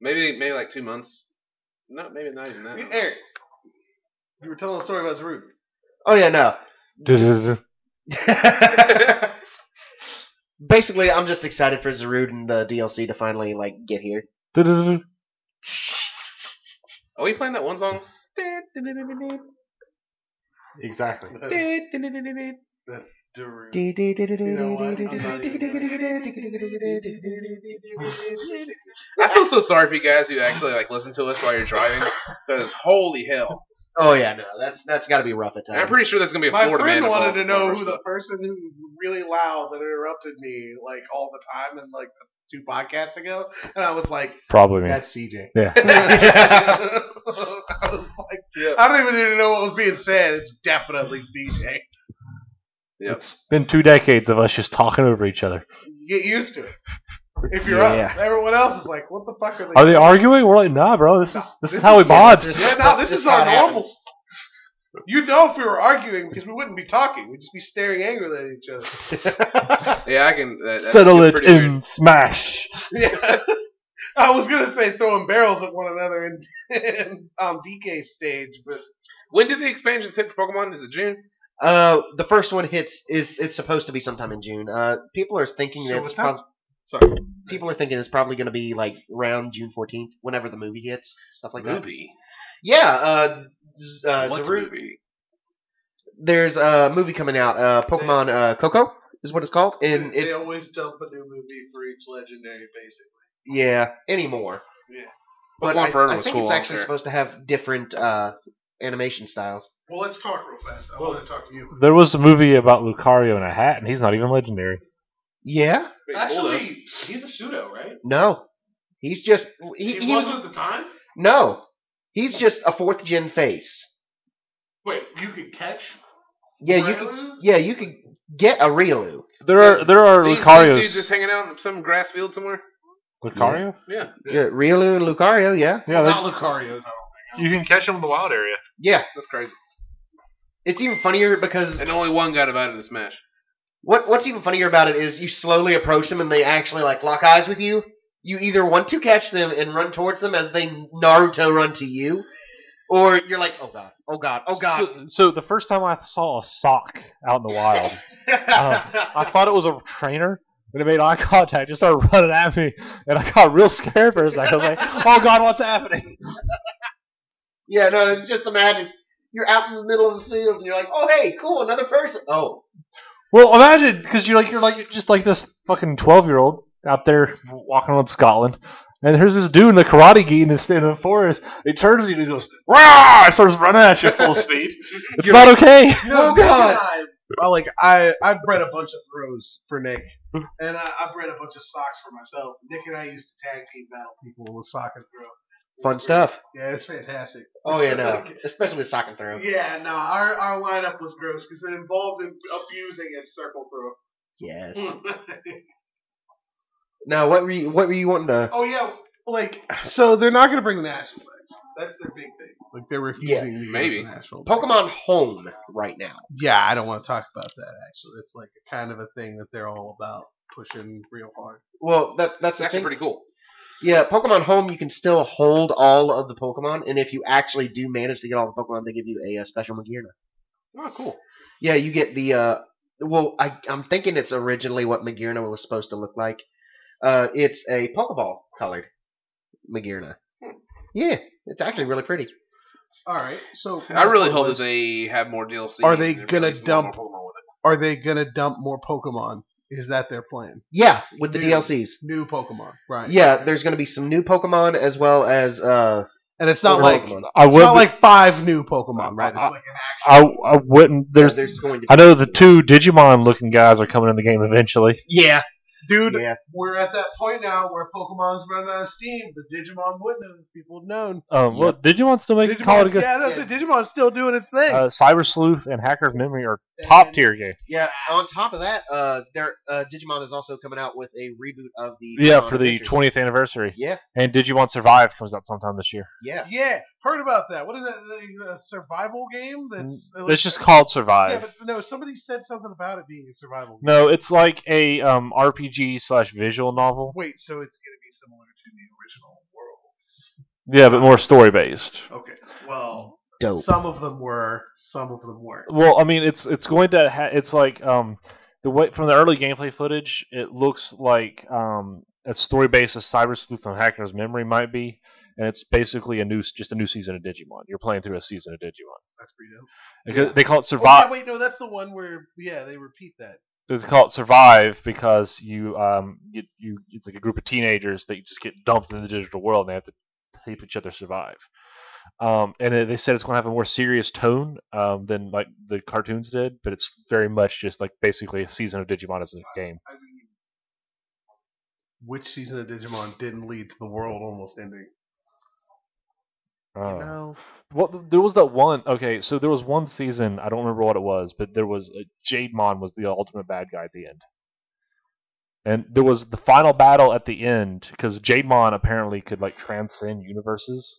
Speaker 1: Maybe maybe like two months. No, maybe not even that.
Speaker 2: You- Eric, you were telling a story about Zarud.
Speaker 4: Oh yeah, no. Basically, I'm just excited for Zerud and the DLC to finally like get here.
Speaker 1: Are we Oh, playing that one song?
Speaker 3: Exactly.
Speaker 2: That's, that's Darud. know what? I'm not even
Speaker 1: I feel so sorry for you guys who actually like listen to us while you're driving. Because holy hell,
Speaker 4: Oh yeah, no. That's that's got to be rough at
Speaker 1: And
Speaker 4: times.
Speaker 1: I'm pretty sure there's gonna be a
Speaker 2: My
Speaker 1: Florida man.
Speaker 2: friend wanted
Speaker 1: involved
Speaker 2: to
Speaker 1: in
Speaker 2: know
Speaker 1: Florida
Speaker 2: who the
Speaker 1: stuff.
Speaker 2: person who's really loud that interrupted me like all the time and like two podcasts ago, and I was like,
Speaker 3: Probably me.
Speaker 2: "That's CJ."
Speaker 3: Yeah.
Speaker 2: I was like,
Speaker 1: Yeah.
Speaker 2: I don't even need to know what was being said. It's definitely CJ.
Speaker 1: Yep.
Speaker 3: It's been two decades of us just talking over each other.
Speaker 2: Get used to it. If you're
Speaker 4: Yeah.
Speaker 2: us, everyone else is like, "What the fuck are they?"
Speaker 3: Are they arguing? We're like, nah, bro. This is this, is how we
Speaker 4: Yeah,
Speaker 3: bond.
Speaker 4: that's
Speaker 2: Yeah,
Speaker 4: just-
Speaker 2: no,
Speaker 4: that's
Speaker 2: this
Speaker 4: just
Speaker 2: is our
Speaker 4: how it
Speaker 2: normal.
Speaker 4: happens.
Speaker 2: You know, if we were arguing, because we wouldn't be talking, we'd just be staring angrily at each other.
Speaker 1: Yeah, I can. That, that's
Speaker 3: Settle it
Speaker 1: pretty weird.
Speaker 3: in smash.
Speaker 2: Yeah. I was gonna say throwing barrels at one another in, in um, DK stage, but
Speaker 1: When did the expansions hit for Pokemon? Is it June?
Speaker 4: Uh, the first one hits is it's supposed to be sometime in June. Uh, people are thinking
Speaker 2: So
Speaker 4: that it's
Speaker 2: what time?
Speaker 4: prob-
Speaker 2: sorry.
Speaker 4: people are thinking it's probably going to be like around June 14th, whenever the movie hits, stuff like that.
Speaker 1: movie.
Speaker 4: Yeah, uh, Z- uh,
Speaker 1: What's
Speaker 4: Zaru-
Speaker 1: movie?
Speaker 4: there's a movie coming out, uh, Pokemon uh, Coco is what it's called, and
Speaker 2: they
Speaker 4: it's
Speaker 2: always dump a new movie for each legendary, basically.
Speaker 4: yeah anymore.
Speaker 2: Yeah.
Speaker 4: but
Speaker 1: Pokemon
Speaker 4: I,
Speaker 1: Forever
Speaker 4: I
Speaker 1: was
Speaker 4: think
Speaker 1: cool,
Speaker 4: it's
Speaker 1: I don't
Speaker 4: actually
Speaker 1: care.
Speaker 4: supposed to have different uh, animation styles.
Speaker 2: Well, let's talk real fast. I want to talk to you.
Speaker 3: There was a movie about Lucario in a hat, and he's not even legendary.
Speaker 4: Yeah,
Speaker 1: Wait, hold up.
Speaker 2: Actually, he's a pseudo, right?
Speaker 4: no, he's just he,
Speaker 2: He,
Speaker 4: he was
Speaker 2: wasn't at the time.
Speaker 4: no, he's just a fourth gen face.
Speaker 2: Wait, you could catch.
Speaker 4: Yeah, you could, yeah, you could get a Riolu.
Speaker 3: There are there are
Speaker 1: These-
Speaker 3: Lucarios.
Speaker 1: These dudes just hanging out in some grass field somewhere.
Speaker 3: Lucario?
Speaker 1: Yeah.
Speaker 4: Yeah, Riolu and Lucario, yeah.
Speaker 3: Yeah,
Speaker 2: not Lucario's.
Speaker 3: you can catch him in the wild area.
Speaker 4: Yeah.
Speaker 1: That's crazy.
Speaker 4: It's even funnier because
Speaker 1: And only one got invited to Smash.
Speaker 4: what what's even funnier about it is you slowly approach them and they actually like lock eyes with you. You either want to catch them and run towards them as they Naruto run to you, or you're like, oh god, oh god, oh god.
Speaker 3: So, so the first time I saw a sock out in the wild,
Speaker 4: Oh.
Speaker 3: uh, I thought it was a trainer. And it made eye contact, just started running at me, and I got real scared for a second. I was like, "Oh God, what's happening?"
Speaker 4: yeah, no, it's just imagine you're out in the middle of the field and you're like, oh hey, cool, another person. Oh,
Speaker 3: Well, imagine because you're like you're like you're just like this fucking twelve year old out there walking around Scotland, and here's this dude in the karate gi in the, in the forest. He turns to you and he goes, "Rah!" and starts running at you full speed. It's not okay.
Speaker 2: You know,
Speaker 4: Oh,
Speaker 2: Nick and
Speaker 4: God.
Speaker 2: I, I like I I bred a bunch of throws for Nick, and I, I bred a bunch of socks for myself. Nick and I used to tag team battle people with sock and throw. It was
Speaker 4: fun
Speaker 2: great.
Speaker 4: stuff.
Speaker 2: Yeah, it's fantastic.
Speaker 4: Oh yeah, no, especially with sock and throw.
Speaker 2: Yeah, no, our, our lineup was gross because it involved in abusing his circle throw.
Speaker 4: Yes. Now what were you what were you wanting to?
Speaker 2: oh yeah, like so they're not gonna bring the national flags. That's their big thing. Like they're refusing to give us
Speaker 1: maybe.
Speaker 2: the national. flag.
Speaker 4: Pokemon Home right now.
Speaker 2: Yeah, I don't want to talk about that. Actually, it's like a kind of a thing that they're all about pushing real hard.
Speaker 4: Well, that that's
Speaker 1: It's
Speaker 4: the
Speaker 1: actually
Speaker 4: thing.
Speaker 1: pretty cool.
Speaker 4: yeah, Pokemon Home, you can still hold all of the Pokemon, and if you actually do manage to get all the Pokemon, they give you a, uh special Magearna.
Speaker 1: Oh, cool.
Speaker 4: Yeah, you get the. Uh, well, I, I'm thinking it's originally what Magearna was supposed to look like. Uh, it's a Pokeball colored Magearna. Yeah, it's actually really pretty.
Speaker 2: All right, so
Speaker 1: I really hope that
Speaker 2: Was-
Speaker 1: they have more DLC.
Speaker 2: Are they
Speaker 1: and
Speaker 2: gonna
Speaker 1: release more and
Speaker 2: dump-
Speaker 1: more Pokemon with it.
Speaker 2: are they gonna dump more Pokemon? Is that their plan?
Speaker 4: Yeah, with the
Speaker 2: Dude.
Speaker 4: DLCs.
Speaker 2: New Pokemon, right?
Speaker 4: Yeah, there's going to be some new Pokemon as well as uh,
Speaker 2: and it's not
Speaker 4: older
Speaker 2: like
Speaker 4: Pokemon.
Speaker 3: I
Speaker 2: it's not
Speaker 3: would.
Speaker 2: like five new Pokemon, right? It's
Speaker 3: I-
Speaker 2: like an
Speaker 3: I, I wouldn't. There's.
Speaker 4: There's going to.
Speaker 3: I know the two Digimon looking guys are coming in the game eventually.
Speaker 4: Yeah,
Speaker 2: dude.
Speaker 4: yeah.
Speaker 2: We're at that point now where Pokemon's running out of steam, but Digimon wouldn't have. if People had known.
Speaker 3: Um, well, Digimon still making
Speaker 2: Digimon's-
Speaker 3: Call of Duty.
Speaker 2: yeah, that's it. Digimon's still doing its thing.
Speaker 3: Uh, Cyber Sleuth and Hacker's Memory are Top
Speaker 7: and-
Speaker 3: tier game.
Speaker 4: Yeah. On top of that, uh, their uh, Digimon is also coming out with a reboot of the
Speaker 3: Yeah,
Speaker 4: Digimon
Speaker 3: for the
Speaker 4: Adventures.
Speaker 3: 20th anniversary.
Speaker 4: Yeah,
Speaker 3: And Digimon Survive comes out sometime this year.
Speaker 4: yeah.
Speaker 2: Yeah, heard about that. What is that? The, the survival game? That's
Speaker 3: It's just called
Speaker 2: Yeah,
Speaker 3: Survive.
Speaker 2: but no, somebody said something about it being a survival. game.
Speaker 3: No, it's like a um, RPG slash visual novel.
Speaker 2: Wait, so it's going to be similar to the original worlds.
Speaker 3: Yeah, but more story based.
Speaker 2: Okay. Well,
Speaker 3: Oh.
Speaker 4: Dope.
Speaker 2: some of them were, some of them weren't.
Speaker 3: Well, I mean, it's it's going to ha- it's like um the way from the early gameplay footage, it looks like um a story based as Cyber Sleuth and Hacker's Memory might be, and it's basically a new s- just a new season of Digimon. You're playing through a season of Digimon.
Speaker 2: That's pretty dope.
Speaker 3: Because They call it
Speaker 2: Oh, yeah,
Speaker 3: Survive.
Speaker 2: wait, no, that's the one where yeah they repeat that.
Speaker 3: It's called Survive because you um you, you it's like a group of teenagers that just get dumped in the digital world and they have to help each other survive. Um, and it, they said it's going to have a more serious tone um, than like the cartoons did, but it's very much just like basically a season of Digimon as a game.
Speaker 2: I mean, which season of Digimon didn't lead to the world almost ending?
Speaker 3: Uh,
Speaker 4: No.
Speaker 3: Well, th- there was that one. Okay, so there was one season. I don't remember what it was, but there was uh, Jademon was the ultimate bad guy at the end, and there was the final battle at the end because Jademon apparently could like transcend universes,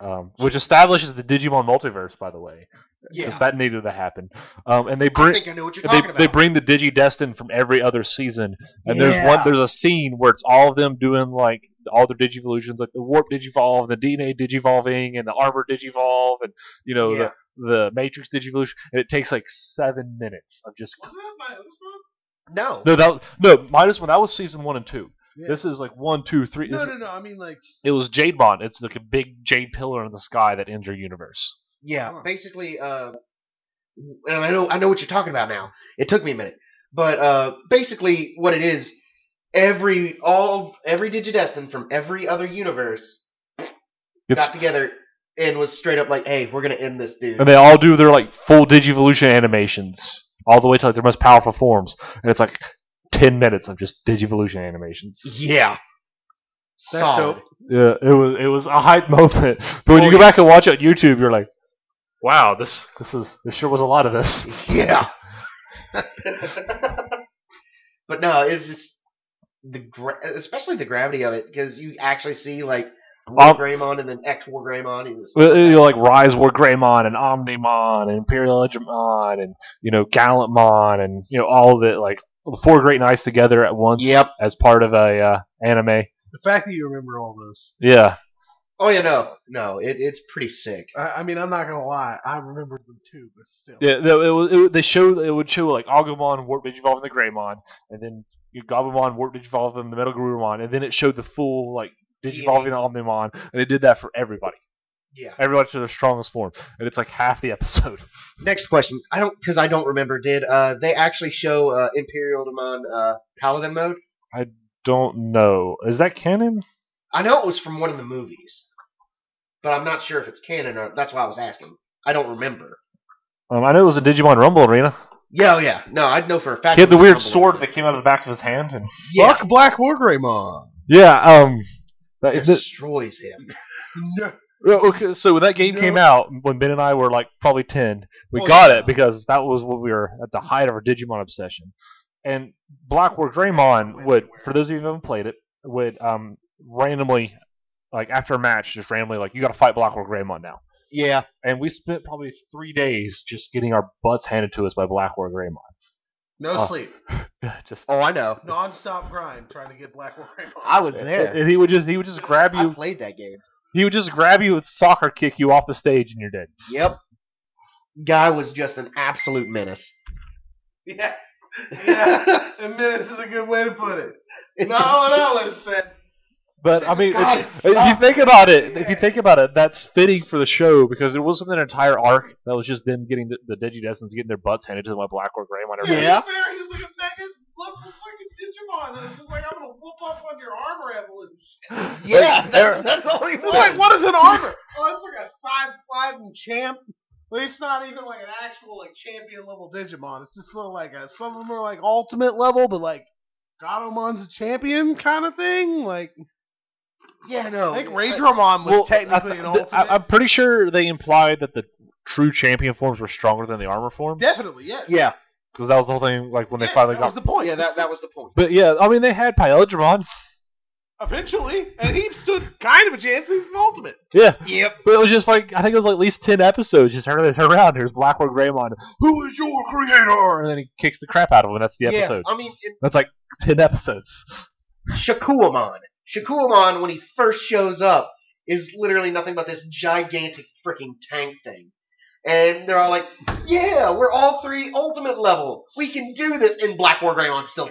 Speaker 3: um, which establishes the Digimon multiverse, by the way, because
Speaker 4: Yeah.
Speaker 3: that needed to happen. Um, and they
Speaker 4: I
Speaker 3: bring
Speaker 4: think I know what you're
Speaker 3: they,
Speaker 4: talking
Speaker 3: they
Speaker 4: about.
Speaker 3: bring the Digi Destin from every other season, and there's one there's a scene where it's all of them doing like all their Digivolutions, like the Warp Digivolve, the DNA Digivolving, and the Armor Digivolve, and you know
Speaker 4: Yeah.
Speaker 3: the the Matrix Digivolution, and it takes like seven minutes of just
Speaker 2: Wasn't that my other one?
Speaker 4: no.
Speaker 3: no that was- no minus one that was season one and two.
Speaker 2: Yeah.
Speaker 3: This is like one, two, three.
Speaker 2: No,
Speaker 3: this-
Speaker 2: no, no. I mean, like,
Speaker 3: It was Jade Bond. It's like a big jade pillar in the sky that ends your universe.
Speaker 4: Yeah,
Speaker 2: Huh.
Speaker 4: basically, uh, and I know I know what you're talking about now. It took me a minute, but uh, basically, what it is, every all every Digidestin from every other universe
Speaker 3: It's-
Speaker 4: got together and was straight up like, "Hey, we're gonna end this dude."
Speaker 3: and they all do their like full digivolution animations all the way to like their most powerful forms and it's like 10 minutes of just digivolution animations
Speaker 4: yeah,
Speaker 2: That's
Speaker 4: solid.
Speaker 2: dope.
Speaker 3: yeah it was it was a hype moment but when
Speaker 6: Oh,
Speaker 3: you go back and watch it on youtube you're like
Speaker 6: Wow, this
Speaker 3: this is there sure was a lot of this
Speaker 4: Yeah. but no, it's just the gra- especially the gravity of it because you actually see like War
Speaker 3: Um,
Speaker 4: Greymon and then X War Greymon. and it's-
Speaker 3: Well, you know, like Rise War Greymon and Omnimon and Imperial Edgemon and you know Gallantmon and you know all of it like the four great knights together at once
Speaker 4: Yep.
Speaker 3: as part of a uh, anime
Speaker 2: The fact that you remember all those.
Speaker 3: yeah
Speaker 4: Oh yeah, no, no, it, it's pretty sick.
Speaker 2: I, I mean, I'm not gonna lie. I remembered them too, but still.
Speaker 3: Yeah, no, it was, it, was- they show it would show like Agumon warp digivolve and the Greymon, and then you Gabumon warp digivolve and the Metal Garurumon, and then it showed the full like digivolving the Omnimon, and it did that for everybody,
Speaker 4: Yeah.
Speaker 3: everybody to their strongest form, and it's like half the episode.
Speaker 4: Next question. I don't because I don't remember. Did uh, they actually show uh, Imperial Demon uh, Paladin mode?
Speaker 3: Don't know, is that canon?
Speaker 4: I know it was from one of the movies, but I'm not sure if it's canon or that's why I was asking. I don't remember.
Speaker 3: Um, I know it was a Digimon Rumble arena.
Speaker 4: Yeah, oh, yeah. No, I'd know for a fact.
Speaker 3: He had
Speaker 4: it
Speaker 3: the
Speaker 4: was
Speaker 3: weird
Speaker 4: from
Speaker 3: sword
Speaker 4: one
Speaker 3: that came out of the back of his hand, and
Speaker 4: Yeah.
Speaker 2: Fuck Black War Greymon.
Speaker 3: yeah, um, that-
Speaker 4: that
Speaker 3: that-
Speaker 4: destroys him.
Speaker 2: No.
Speaker 3: Well, Okay, so when that game
Speaker 2: No.
Speaker 3: came out, when Ben and I were like probably ten, we
Speaker 4: Oh,
Speaker 3: got
Speaker 4: yeah.
Speaker 3: it because that was when we were at the height of our Digimon obsession. And Blackwork Draymon would, for those of you who haven't played it, would um, randomly, like after a match, just randomly like, "You got to fight Blackwork Draymon now."
Speaker 4: Yeah.
Speaker 3: And we spent probably three days just getting our butts handed to us by Blackwork Draymon.
Speaker 2: No
Speaker 3: Oh.
Speaker 2: sleep.
Speaker 3: just
Speaker 4: Oh, I know.
Speaker 2: Non-stop grind trying to get Black War Greymon.
Speaker 4: I was there.
Speaker 3: and he would just he would just grab
Speaker 4: I
Speaker 3: you
Speaker 4: played that game.
Speaker 3: he would just grab you and soccer kick you off the stage and you're dead.
Speaker 4: Yep. Guy was just an absolute menace.
Speaker 2: Yeah. Yeah. and minutes is a good way to put it.
Speaker 4: It's
Speaker 2: Not what I would have said.
Speaker 3: But I mean,
Speaker 4: God,
Speaker 3: it's,
Speaker 4: it
Speaker 3: if you
Speaker 4: sucks.
Speaker 3: think about it, if you think about it, that's fitting for the show because it wasn't an entire arc that was just them getting the, the Digidestins getting their butts handed to them by Black or Gray on every
Speaker 4: Yeah.
Speaker 2: He was, very- he was like a mega level fucking Digimon. That was just like, I'm going to whoop up on your armor evolution.
Speaker 4: just- yeah, that's, that's all he was.
Speaker 2: Like, what is an armor? Oh, it's like a side sliding champ. Well, it's not even like an actual like champion level Digimon. It's just sort of like a, some of them are like ultimate level, but like Gatomon's a champion kind of thing. Like
Speaker 4: Yeah, no.
Speaker 2: I think Raidramon was
Speaker 3: Well,
Speaker 2: technically
Speaker 3: I,
Speaker 2: an ultimate.
Speaker 3: am pretty sure they implied that the true champion forms were stronger than the armor forms.
Speaker 2: Definitely, yes.
Speaker 4: Yeah,
Speaker 3: because that was the whole thing. Like when
Speaker 2: Yes,
Speaker 3: they finally
Speaker 2: that
Speaker 3: got.
Speaker 2: was the point.
Speaker 4: yeah, that that was the point.
Speaker 3: but yeah, I mean they had Pyeldramon.
Speaker 2: Eventually, and he stood kind of a chance, but he was an ultimate.
Speaker 3: Yeah,
Speaker 4: Yep.
Speaker 3: but it was just like I think it was like at least ten episodes. Just turn turn around. Here's Blackwood Greymon. Who is your creator? And then he kicks the crap out of him. And that's the episode.
Speaker 4: Yeah, I mean, it,
Speaker 3: That's like ten episodes.
Speaker 4: Shakuamon. Shakuamon, Uh, when he first shows up, is literally nothing but this gigantic freaking tank thing. And they're all like, yeah, we're all three ultimate level. We can do this. And Black War Greymon still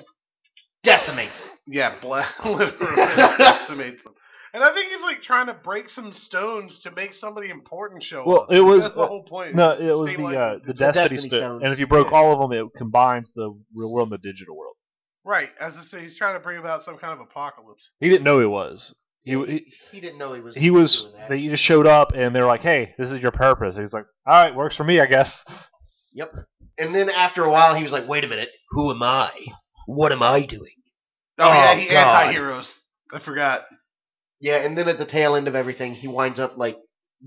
Speaker 4: decimates it.
Speaker 2: Yeah, black literally decimates them. And I think he's like trying to break some stones to make somebody important show
Speaker 3: Well,
Speaker 2: up.
Speaker 3: it was
Speaker 2: That's the whole point.
Speaker 3: no, it was
Speaker 2: Stay
Speaker 3: the
Speaker 2: like-
Speaker 3: uh, the Destiny,
Speaker 4: Destiny
Speaker 3: Stone.
Speaker 4: Stones.
Speaker 3: And if you broke all of them, it combines the real world and the digital world.
Speaker 2: right. As I say, he's trying to bring about some kind of apocalypse.
Speaker 3: He didn't know he was. He
Speaker 4: He,
Speaker 3: he,
Speaker 4: he didn't know he was.
Speaker 3: he was.
Speaker 4: doing that.
Speaker 3: They just showed up and they're like, "Hey, this is your purpose." He's like, "All right, works for me, I guess."
Speaker 4: and then after a while, he was like, wait a minute, who am I? What am I doing?
Speaker 2: Oh, yeah, he
Speaker 4: God.
Speaker 2: anti-heroes. I forgot.
Speaker 4: Yeah, and then at the tail end of everything, he winds up like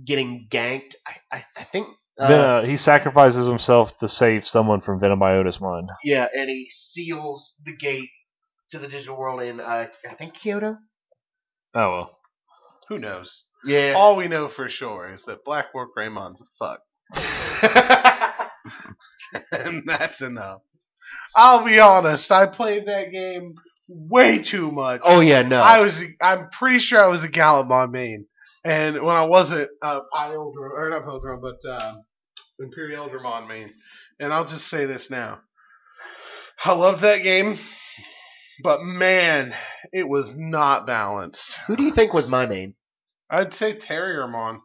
Speaker 4: getting ganked. I, I, I think. Uh,
Speaker 3: then uh, he sacrifices himself to save someone from Venomiotis Mine.
Speaker 4: Yeah, and he seals the gate to the digital world in, uh, I think, Kyoto.
Speaker 3: Oh well.
Speaker 2: Who knows?
Speaker 4: Yeah.
Speaker 2: All we know for sure is that Black War Greymon's a fuck. and that's enough. I'll be honest, I played that game way too much.
Speaker 4: oh yeah, no.
Speaker 2: I was I'm pretty sure I was a Gallimon main. And when I wasn't, uh, I Eldra, or not Eldra, but um Imperial Eldramon main. And I'll just say this now. I loved that game, but man, it was not balanced.
Speaker 4: Who do you think was my name?
Speaker 2: I'd say Terriermon.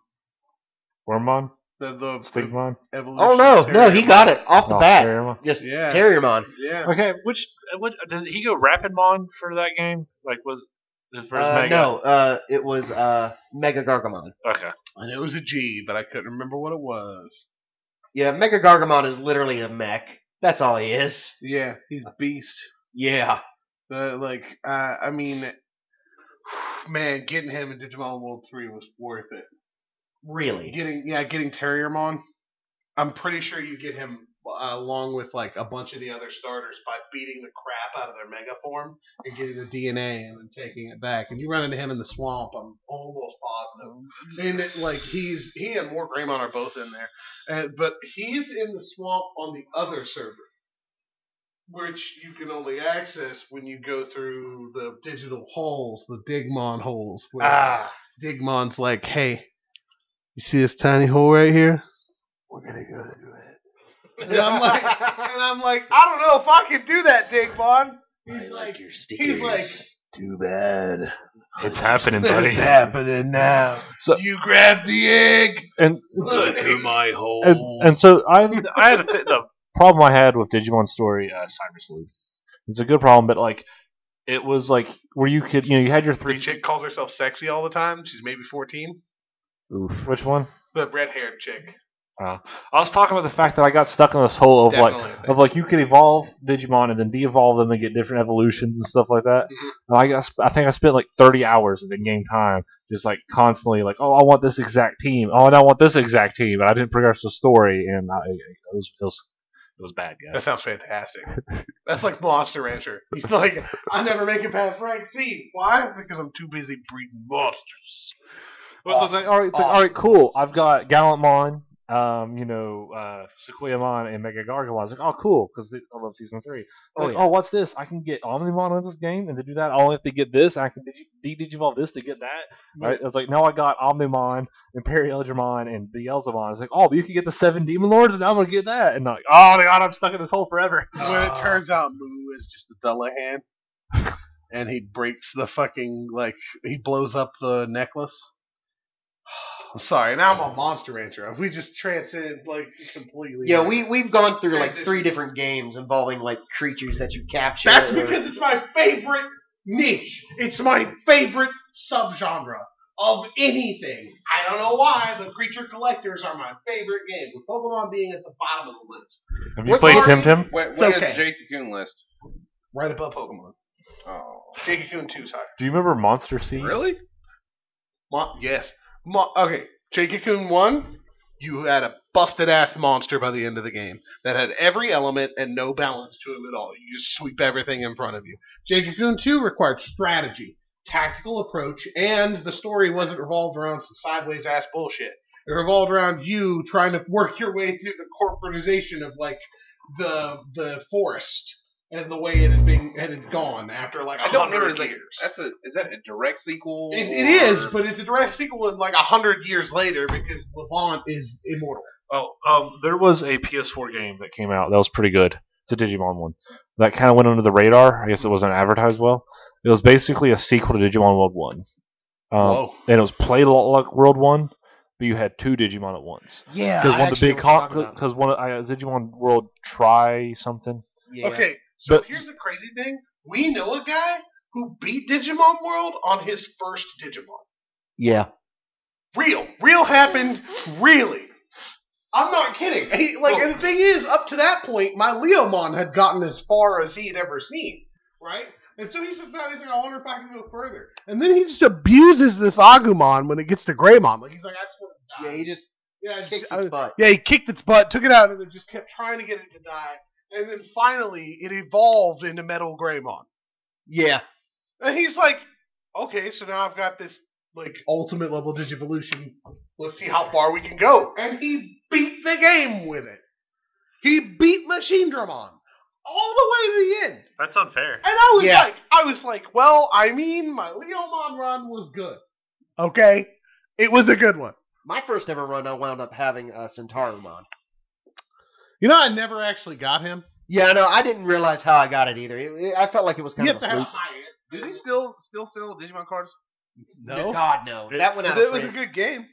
Speaker 3: Wormmon?
Speaker 2: The, the, the
Speaker 3: Stigmon?
Speaker 2: evolution.
Speaker 4: Oh no,
Speaker 2: of
Speaker 4: no, he
Speaker 2: Terriermon.
Speaker 4: got it off the
Speaker 3: Oh,
Speaker 4: bat.
Speaker 3: Terriermon.
Speaker 4: Just
Speaker 2: Yeah.
Speaker 4: Terriermon.
Speaker 2: Yeah.
Speaker 6: Okay, which uh, what did he go Rapidmon for that game? Like was his first
Speaker 4: Uh,
Speaker 6: mega?
Speaker 4: no, uh, it was uh, Mega Gargamon.
Speaker 6: Okay.
Speaker 2: And it was a G, but I couldn't remember what it was.
Speaker 4: Yeah, Mega Gargamon is literally a mech. That's all he is.
Speaker 2: Yeah, he's beast.
Speaker 4: Yeah.
Speaker 2: Uh, like, uh, I mean, man, getting him in Digimon World Three was worth it.
Speaker 4: Really.
Speaker 2: Getting, yeah, getting Terriermon. I'm pretty sure you get him uh, along with like a bunch of the other starters by beating the crap out of their Mega form and getting the DNA and then taking it back. And you run into him in the swamp. I'm almost positive.
Speaker 4: Mm-hmm.
Speaker 2: And it, like he's he and War Greymon are both in there, and, but he's in the swamp on the other server which you can only access when you go through the digital holes, the Digmon holes, where
Speaker 4: Ah.
Speaker 2: Digmon's like, hey, you see this tiny hole right here? We're gonna go through it. And I'm like, and I'm like, I don't know if I can do that, Digmon. He's like, he's like, too bad.
Speaker 6: It's happening, buddy.
Speaker 2: It's happening now.
Speaker 3: So-
Speaker 2: you grab the egg.
Speaker 3: And
Speaker 2: So-
Speaker 3: so,
Speaker 5: through my hole.
Speaker 3: and, and so I I had a th- the problem I had with Digimon Story uh, Cyber Sleuth. It's a good problem, but like it was like where you could you know you had your
Speaker 2: The
Speaker 3: three.
Speaker 2: chick calls herself sexy all the time. She's maybe 14.
Speaker 3: Which one? Uh,
Speaker 2: The red-haired chick.
Speaker 3: I was talking about the fact that I got stuck in this hole of like
Speaker 2: Definitely.
Speaker 3: of like you could evolve Digimon and then de-evolve them and get different evolutions and stuff like that.
Speaker 2: Mhm.
Speaker 3: And I got, I think I spent like 30 hours of in-game time just like constantly like, oh, I want this exact team. Oh, and I want this exact team. And I didn't progress the story, and I, it was it was it was bad,
Speaker 2: That
Speaker 3: guys.
Speaker 2: sounds fantastic. That's like Monster Rancher. He's like, I never make it past rank C. Why? Because I'm too busy breeding monsters.
Speaker 6: What's
Speaker 3: Awesome. All right, it's like, all right, cool. I've got Gallantmon, um, you know, uh, Sequoiamon, and Mega Gargamon. It's like, oh, cool, because I love season three. It's
Speaker 4: Oh,
Speaker 3: like,
Speaker 4: yeah.
Speaker 3: oh, what's this? I can get Omnimon in this game, and to do that, I only have to get this. I can digi- digivolve this to get that. Right? I was like, now I got Omnimon, Imperialdramon, and Beelzemon. It's like, oh, but you can get the seven Demon Lords, and I'm gonna get that. And I'm like, oh my god, I'm stuck in this hole forever.
Speaker 2: when it turns out Moo is just a Dullahan, and he breaks the fucking, like, he blows up the necklace. I'm sorry, now I'm on Monster Rancher. We just transcend, like, completely.
Speaker 4: Yeah, we we've gone through like
Speaker 2: Transition.
Speaker 4: three different games involving like creatures that you capture.
Speaker 2: That's
Speaker 4: or-
Speaker 2: because it's my favorite niche. It's my favorite subgenre of anything. I don't know why, but creature collectors are my favorite game, with Pokemon being at the bottom of the list.
Speaker 3: Have you
Speaker 4: What's
Speaker 3: played
Speaker 4: the-
Speaker 3: Tim Tim?
Speaker 1: Where,
Speaker 4: It's
Speaker 1: where
Speaker 4: okay.
Speaker 1: is Jake Cocoon list?
Speaker 2: Right above Pokemon.
Speaker 1: Oh,
Speaker 2: Jigglypuff 2's higher.
Speaker 3: Do you remember Monster Seed?
Speaker 1: really?
Speaker 2: Mo- yes. Mo- okay, Jigglypuff 1 you had a busted ass monster by the end of the game that had every element and no balance to him at all. You just sweep everything in front of you. Jade Cocoon 2 required strategy, tactical approach, and the story wasn't revolved around some sideways ass bullshit. It revolved around you trying to work your way through the corporatization of like the the forest and the way it had been it had gone after like a
Speaker 1: I don't remember.
Speaker 2: hundred
Speaker 1: It's like
Speaker 2: years.
Speaker 1: that's a is that a direct sequel?
Speaker 2: It, it is,
Speaker 1: or-
Speaker 2: but it's a direct sequel in like a hundred years later because Levant is immortal.
Speaker 3: Oh, um, there was a PS4 game that came out that was pretty good. It's a Digimon one that kind of went under the radar. I guess it wasn't advertised well. It was basically a sequel to Digimon World One, um,
Speaker 2: Whoa.
Speaker 3: and it was played a lot like World One, but you had two Digimon at once
Speaker 4: Yeah,
Speaker 3: because
Speaker 4: I
Speaker 3: one of
Speaker 4: actually
Speaker 3: the big
Speaker 4: know what you're talking about.
Speaker 3: because one of, I, Digimon World Try something.
Speaker 4: Yeah.
Speaker 2: Okay, so
Speaker 3: But-
Speaker 2: here's the crazy thing: we know a guy who beat Digimon World on his first Digimon.
Speaker 4: Yeah.
Speaker 2: Real, real happened. Really, I'm not kidding. He, like, and the thing is, up to that point, my Leomon had gotten as far as he had ever seen, right? And so he sits down. He's like, I wonder if I can go further. And then he just abuses this Agumon when it gets to Greymon. Like he's like, I just want to die.
Speaker 4: Yeah, he just
Speaker 2: Yeah, I just-
Speaker 4: kicks
Speaker 2: I-
Speaker 4: its butt.
Speaker 2: Yeah, he kicked its butt, took it out, and then just kept trying to get it to die. And then finally, it evolved into Metal Greymon.
Speaker 4: Yeah.
Speaker 2: And he's like, okay, so now I've got this like ultimate level Digivolution. Let's see how far we can go. And he beat the game with it. He beat Machine Dramon all the way to the end.
Speaker 5: That's unfair.
Speaker 2: And I was
Speaker 4: Yeah.
Speaker 2: like, I was like, well, I mean, my Leomon run was good. Okay, it was a good one.
Speaker 4: My first ever run, I wound up having uh, a Centaurimon.
Speaker 2: You know, I never actually got him.
Speaker 4: Yeah, no, I didn't realize how I got it either. It- it- I felt like it was
Speaker 2: You
Speaker 4: kind
Speaker 2: have
Speaker 4: of a
Speaker 2: to have a
Speaker 4: fluke.
Speaker 2: high end.
Speaker 1: Do they still still sell Digimon cards?
Speaker 4: Good God, no. that went out.
Speaker 2: But
Speaker 4: of
Speaker 2: it was a
Speaker 4: print.
Speaker 2: good game.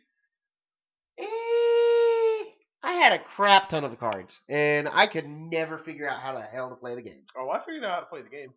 Speaker 4: Eh, I had a crap ton of the cards, and I could never figure out how the hell to play the game.
Speaker 2: Oh, I figured out how to play the game.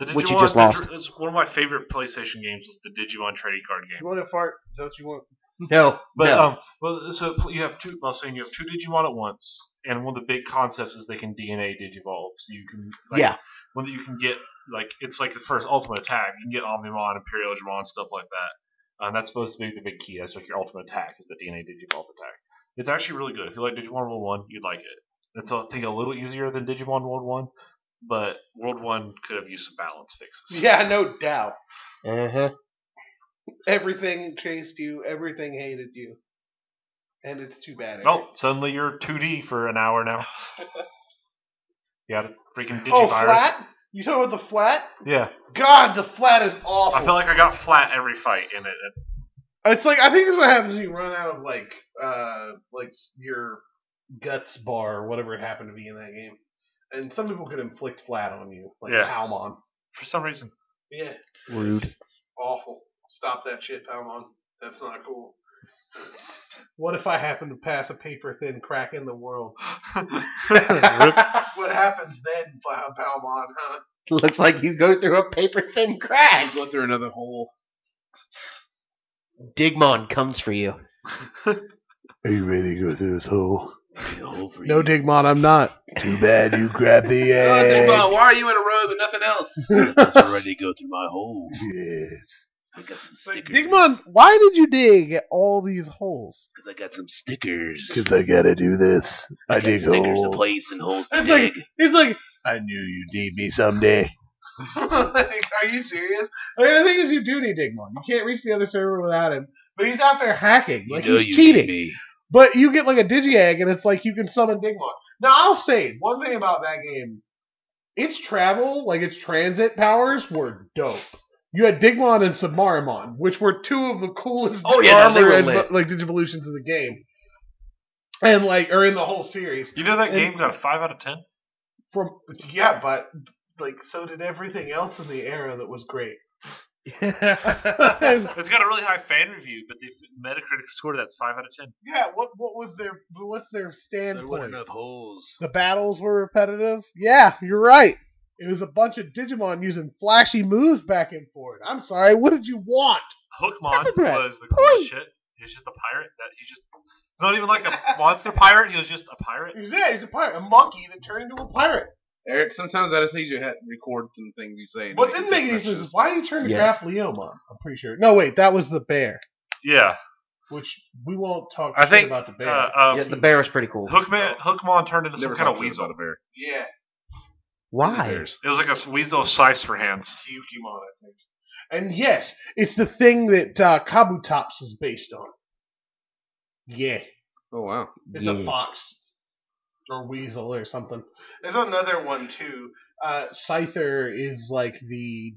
Speaker 5: The
Speaker 4: Which you just lost.
Speaker 5: the dr- is one of my favorite PlayStation games was the Digimon trading card game.
Speaker 2: You want to fart? Is that what you want?
Speaker 4: No,
Speaker 5: But
Speaker 4: no.
Speaker 5: um, well, so pl- you have two. I was saying you have two Digimon at once, and one of the big concepts is they can DNA Digivolve, so you can like,
Speaker 4: yeah,
Speaker 5: one that you can get like it's like the first ultimate attack. You can get Omnimon, Imperial Digimon, stuff like that. Um, that's supposed to be the big key. That's like your ultimate attack is the DNA Digivolve attack. It's actually really good. If you like Digimon World One, you'd like it. It's I think a little easier than Digimon World One, but World One could have used some balance fixes.
Speaker 2: Yeah, no doubt.
Speaker 4: uh-huh.
Speaker 2: Everything chased you. Everything hated you. And it's too bad. Eric.
Speaker 5: Oh, suddenly you're 2D for an hour now. you got a freaking digivirus.
Speaker 2: oh, flat? You talking about the flat?
Speaker 5: Yeah,
Speaker 2: God, the flat is awful.
Speaker 5: I felt like I got flat every fight in it.
Speaker 2: it's like I think this is what happens when you run out of like uh like s- your guts bar or whatever it happened to be in that game. And some people could inflict flat on you, like
Speaker 5: Yeah.
Speaker 2: Palmon.
Speaker 5: For some reason,
Speaker 2: Yeah.
Speaker 3: Rude.
Speaker 2: Awful. Stop that shit, Palmon. That's not cool. What if I happen to pass a paper thin crack in the world? what happens then, Pal- Palmon, huh?
Speaker 4: Looks like you go through a paper thin crack.
Speaker 1: go through another hole.
Speaker 4: Digmon comes for you.
Speaker 6: Are you ready to go through this hole?
Speaker 2: No, Digmon, I'm not.
Speaker 6: Too bad you grabbed the
Speaker 1: God, Digimon, why are you in a robe and nothing else?
Speaker 6: Yes.
Speaker 2: Digmon, why did you dig all these holes?
Speaker 6: Because I gotta do this. I, dig holes.
Speaker 2: It's like, it's like,
Speaker 6: I knew you'd need me someday.
Speaker 2: like, are you serious? Like, the thing is, you do need Digmon. You can't reach the other server without him. But he's out there hacking. Like, he's cheating. But you get like a Digiag, and it's like you can summon Digmon. Now, I'll say one thing about that game: its travel, like its transit powers, were dope. You had Digmon and Submarimon, which were two of the coolest
Speaker 4: Oh, yeah, no, they
Speaker 2: armor
Speaker 4: were
Speaker 2: and
Speaker 4: lit.
Speaker 2: like Digivolutions in the game, and like or in the whole series.
Speaker 5: you know that
Speaker 2: And-
Speaker 5: game got a five out of ten.
Speaker 2: From yeah, but like so did everything else in the era that was great. yeah,
Speaker 5: It's got a really high fan review, but the Metacritic score that's five out of ten.
Speaker 2: what what was their what's their standpoint?
Speaker 1: holes.
Speaker 2: The battles were repetitive. Yeah, you're right. It was a bunch of Digimon using flashy moves back and forth. I'm sorry, what did you want?
Speaker 5: Hookmon
Speaker 2: Everybody.
Speaker 5: was the coolest shit. He was just a pirate. That he just he's not even like a monster pirate. He was just a pirate.
Speaker 2: He was, yeah, he's a pirate, a monkey that turned into a pirate.
Speaker 1: Eric, sometimes I just need you to ha- record some things you say. and
Speaker 2: What didn't make any
Speaker 1: text
Speaker 2: sense is why did he turn to
Speaker 4: Yes.
Speaker 2: grab Leomon? I'm pretty sure. No, wait, that was the bear.
Speaker 5: Yeah,
Speaker 8: which we won't talk
Speaker 3: I
Speaker 8: shit
Speaker 3: think,
Speaker 8: about the
Speaker 3: Uh,
Speaker 8: bear.
Speaker 5: um,
Speaker 3: uh,
Speaker 4: yeah, the bear was pretty cool.
Speaker 3: Hookman, Hookmon turned into some
Speaker 1: Never
Speaker 3: kind of
Speaker 1: talked shit
Speaker 3: weasel.
Speaker 1: about a bear.
Speaker 2: Yeah,
Speaker 4: Why?
Speaker 1: Bears.
Speaker 3: It was like a s- weasel with sizer hands.
Speaker 8: Yukimon, I think. And yes, it's the thing that uh, Kabutops is based on. Yeah,
Speaker 1: Oh wow.
Speaker 8: it's a fox or weasel or something.
Speaker 2: there's another one too.
Speaker 8: Uh, Scyther is like the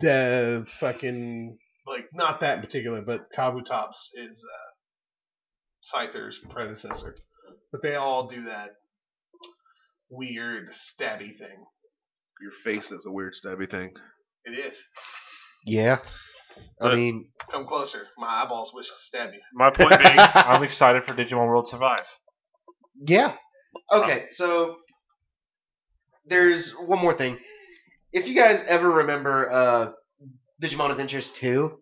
Speaker 8: the fucking like not that in particular, but Kabutops is uh, Scyther's predecessor.
Speaker 2: But they all do that weird stabby thing.
Speaker 1: Your face is a weird stabby thing.
Speaker 2: It is.
Speaker 4: Yeah. I
Speaker 3: But-
Speaker 4: mean,
Speaker 2: Come closer. My eyeballs wish to stab you.
Speaker 3: My point being, I'm excited for Digimon World Survive.
Speaker 4: yeah. Okay, so there's one more thing. If you guys ever remember uh, Digimon Adventures 2,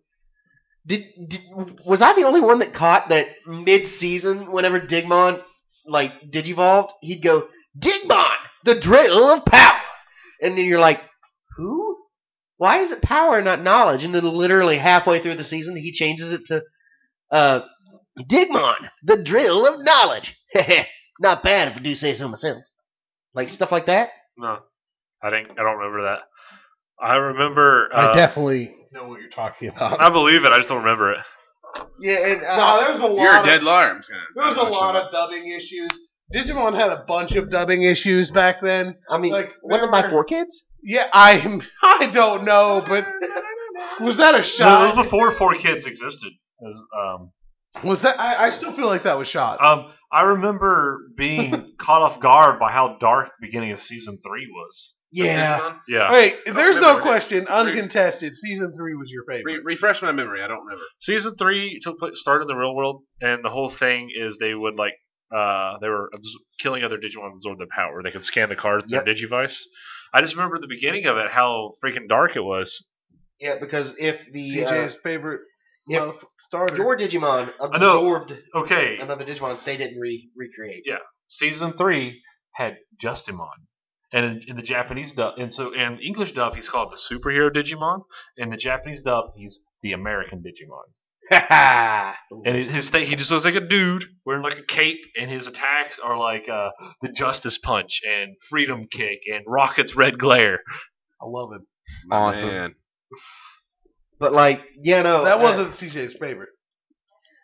Speaker 4: did, did was I the only one that caught that mid-season whenever Digimon like digivolved, he'd go Digimon, the drill of power, and then you're like, who? Why is it power, and not knowledge? And then literally halfway through the season, he changes it to uh, Digimon, the drill of knowledge. not bad if I do say so myself. Like stuff like that.
Speaker 3: No, I didn't. I don't remember that. I remember. Uh,
Speaker 8: I definitely know what you're talking about.
Speaker 3: I believe it. I just don't remember it.
Speaker 4: Yeah, and uh,
Speaker 2: Nah, there's a lot.
Speaker 1: You're a
Speaker 2: of-
Speaker 1: dead liar. I'm just gonna-
Speaker 2: There was a
Speaker 1: I'm
Speaker 2: lot
Speaker 1: gonna-
Speaker 2: of dubbing issues. Digimon had a bunch of dubbing issues back then.
Speaker 4: I mean,
Speaker 2: like,
Speaker 4: one
Speaker 2: there
Speaker 4: of my
Speaker 2: were-
Speaker 4: four kids.
Speaker 2: Yeah, I I don't know, but was that a
Speaker 3: Well, it
Speaker 2: shot?
Speaker 3: was before four kids existed. It was, um,
Speaker 2: Was that? I, I still feel like that was shot.
Speaker 3: um, I remember being caught off guard by how dark the beginning of season three was.
Speaker 4: Yeah,
Speaker 1: Digimon?
Speaker 3: Yeah,
Speaker 2: Wait, there's no
Speaker 1: remember.
Speaker 2: question. Uncontested, season three was your favorite.
Speaker 1: Re- refresh my memory. I don't remember.
Speaker 3: season three took place started in the real world, and the whole thing is they would like uh, they were abs- killing other Digimon to absorb their power. They could scan the cards with their Digivice. I just remember the beginning of it, how freaking dark it was.
Speaker 4: yeah, because if the uh,
Speaker 2: CJ's favorite
Speaker 4: if
Speaker 2: motherf- starter.
Speaker 4: your Digimon
Speaker 3: know.
Speaker 4: absorbed
Speaker 3: Okay,
Speaker 4: another Digimon, they didn't re- recreate.
Speaker 3: season three had Justimon. And in, in the Japanese dub, and so in English dub, he's called the superhero Digimon. In the Japanese dub, he's the American Digimon. And it- his thing, he just looks like a dude wearing like a cape, and his attacks are like uh, the Justice Punch and Freedom Kick and Rocket's Red Glare.
Speaker 8: I love him.
Speaker 1: My
Speaker 4: Awesome.
Speaker 1: man.
Speaker 4: But like, yeah, no,
Speaker 2: that
Speaker 4: uh,
Speaker 2: wasn't CJ's favorite.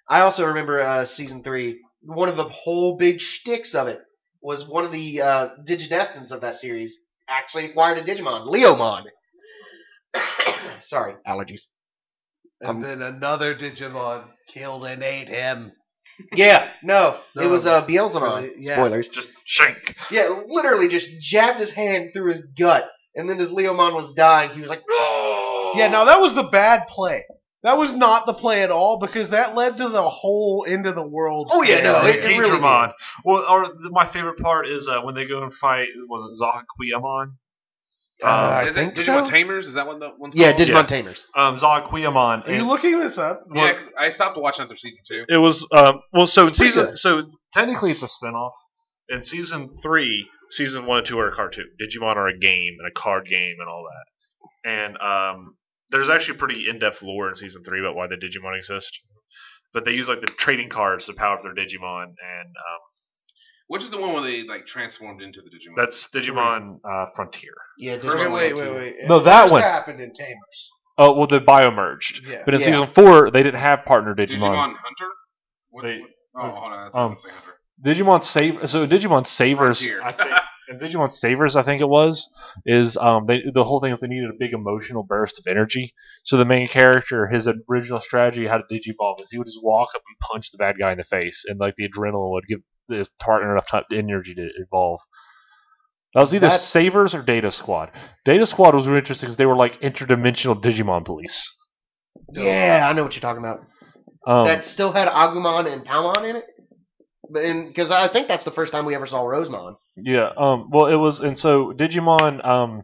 Speaker 4: I also remember uh, season three. One of the whole big shticks of it was one of the uh, Digidestins of that series actually acquired a Digimon, Leomon. Sorry, allergies.
Speaker 2: And
Speaker 4: Um,
Speaker 2: then another Digimon killed and ate him.
Speaker 4: Yeah, no, it
Speaker 2: No,
Speaker 4: was uh, Beelzemon.
Speaker 2: really, yeah.
Speaker 4: Spoilers.
Speaker 3: Just shank.
Speaker 4: Yeah, literally just jabbed his hand through his gut, and then as Leomon was dying, he was like, "No!"
Speaker 2: Yeah, now that was the bad play. That was not the play at all because that led to the whole end of the world.
Speaker 4: Oh, yeah, no,
Speaker 2: scenario.
Speaker 4: it- it really
Speaker 3: Digimon. Well, or th- my favorite part is uh, when they go and fight. Was it Zahakuyamon?
Speaker 4: Uh, I
Speaker 1: is
Speaker 4: think
Speaker 1: it Digimon
Speaker 4: so.
Speaker 1: Tamers? Is that what that one's
Speaker 4: yeah,
Speaker 1: called?
Speaker 4: Digimon
Speaker 3: Yeah.
Speaker 4: Tamers.
Speaker 3: Um, Zahakuyamon.
Speaker 2: Are you looking this up?
Speaker 1: Yeah, 'cause I stopped watching after season two.
Speaker 3: It was um, well, so in
Speaker 4: pretty
Speaker 3: season
Speaker 4: good.
Speaker 3: so technically it's a spinoff. In season three, season one and two are a cartoon. Digimon are a game and a card game and all that. And um, there's actually pretty in depth lore in season three about why the Digimon exist. But they use like the trading cards to power up their Digimon, and um,
Speaker 1: Which is the one where they like transformed into the Digimon?
Speaker 3: that's Digimon uh, Frontier.
Speaker 4: Yeah, Digimon.
Speaker 2: Okay, wait,
Speaker 4: Tamers.
Speaker 2: wait, wait.
Speaker 9: No, that
Speaker 2: First
Speaker 9: one.
Speaker 2: happened in Tamers.
Speaker 9: Oh well, they bio merged.
Speaker 2: Yeah.
Speaker 9: But in
Speaker 4: Yeah.
Speaker 9: season four, they didn't have partner Digimon.
Speaker 1: Digimon Hunter. What,
Speaker 9: They-
Speaker 1: what- oh, hold on. That's
Speaker 9: um,
Speaker 1: what I'm saying, Hunter.
Speaker 9: Digimon, save so Digimon Savers.
Speaker 1: Frontier.
Speaker 9: I think and Digimon Savers, I think it was, is um they the whole thing is they needed a big emotional burst of energy. So the main character, his original strategy how to digivolve is he would just walk up and punch the bad guy in the face, and like the adrenaline would give his partner enough time, energy to evolve. That was either
Speaker 4: That-
Speaker 9: Savers or Data Squad. Data Squad was really interesting because they were like interdimensional Digimon police.
Speaker 4: Yeah, I know what you're talking about.
Speaker 3: Oh.
Speaker 9: Um,
Speaker 4: that still had Agumon and Palmon in it, because I think that's the first time we ever saw Rosemon.
Speaker 9: Yeah. Um. Well, it was, and so Digimon um,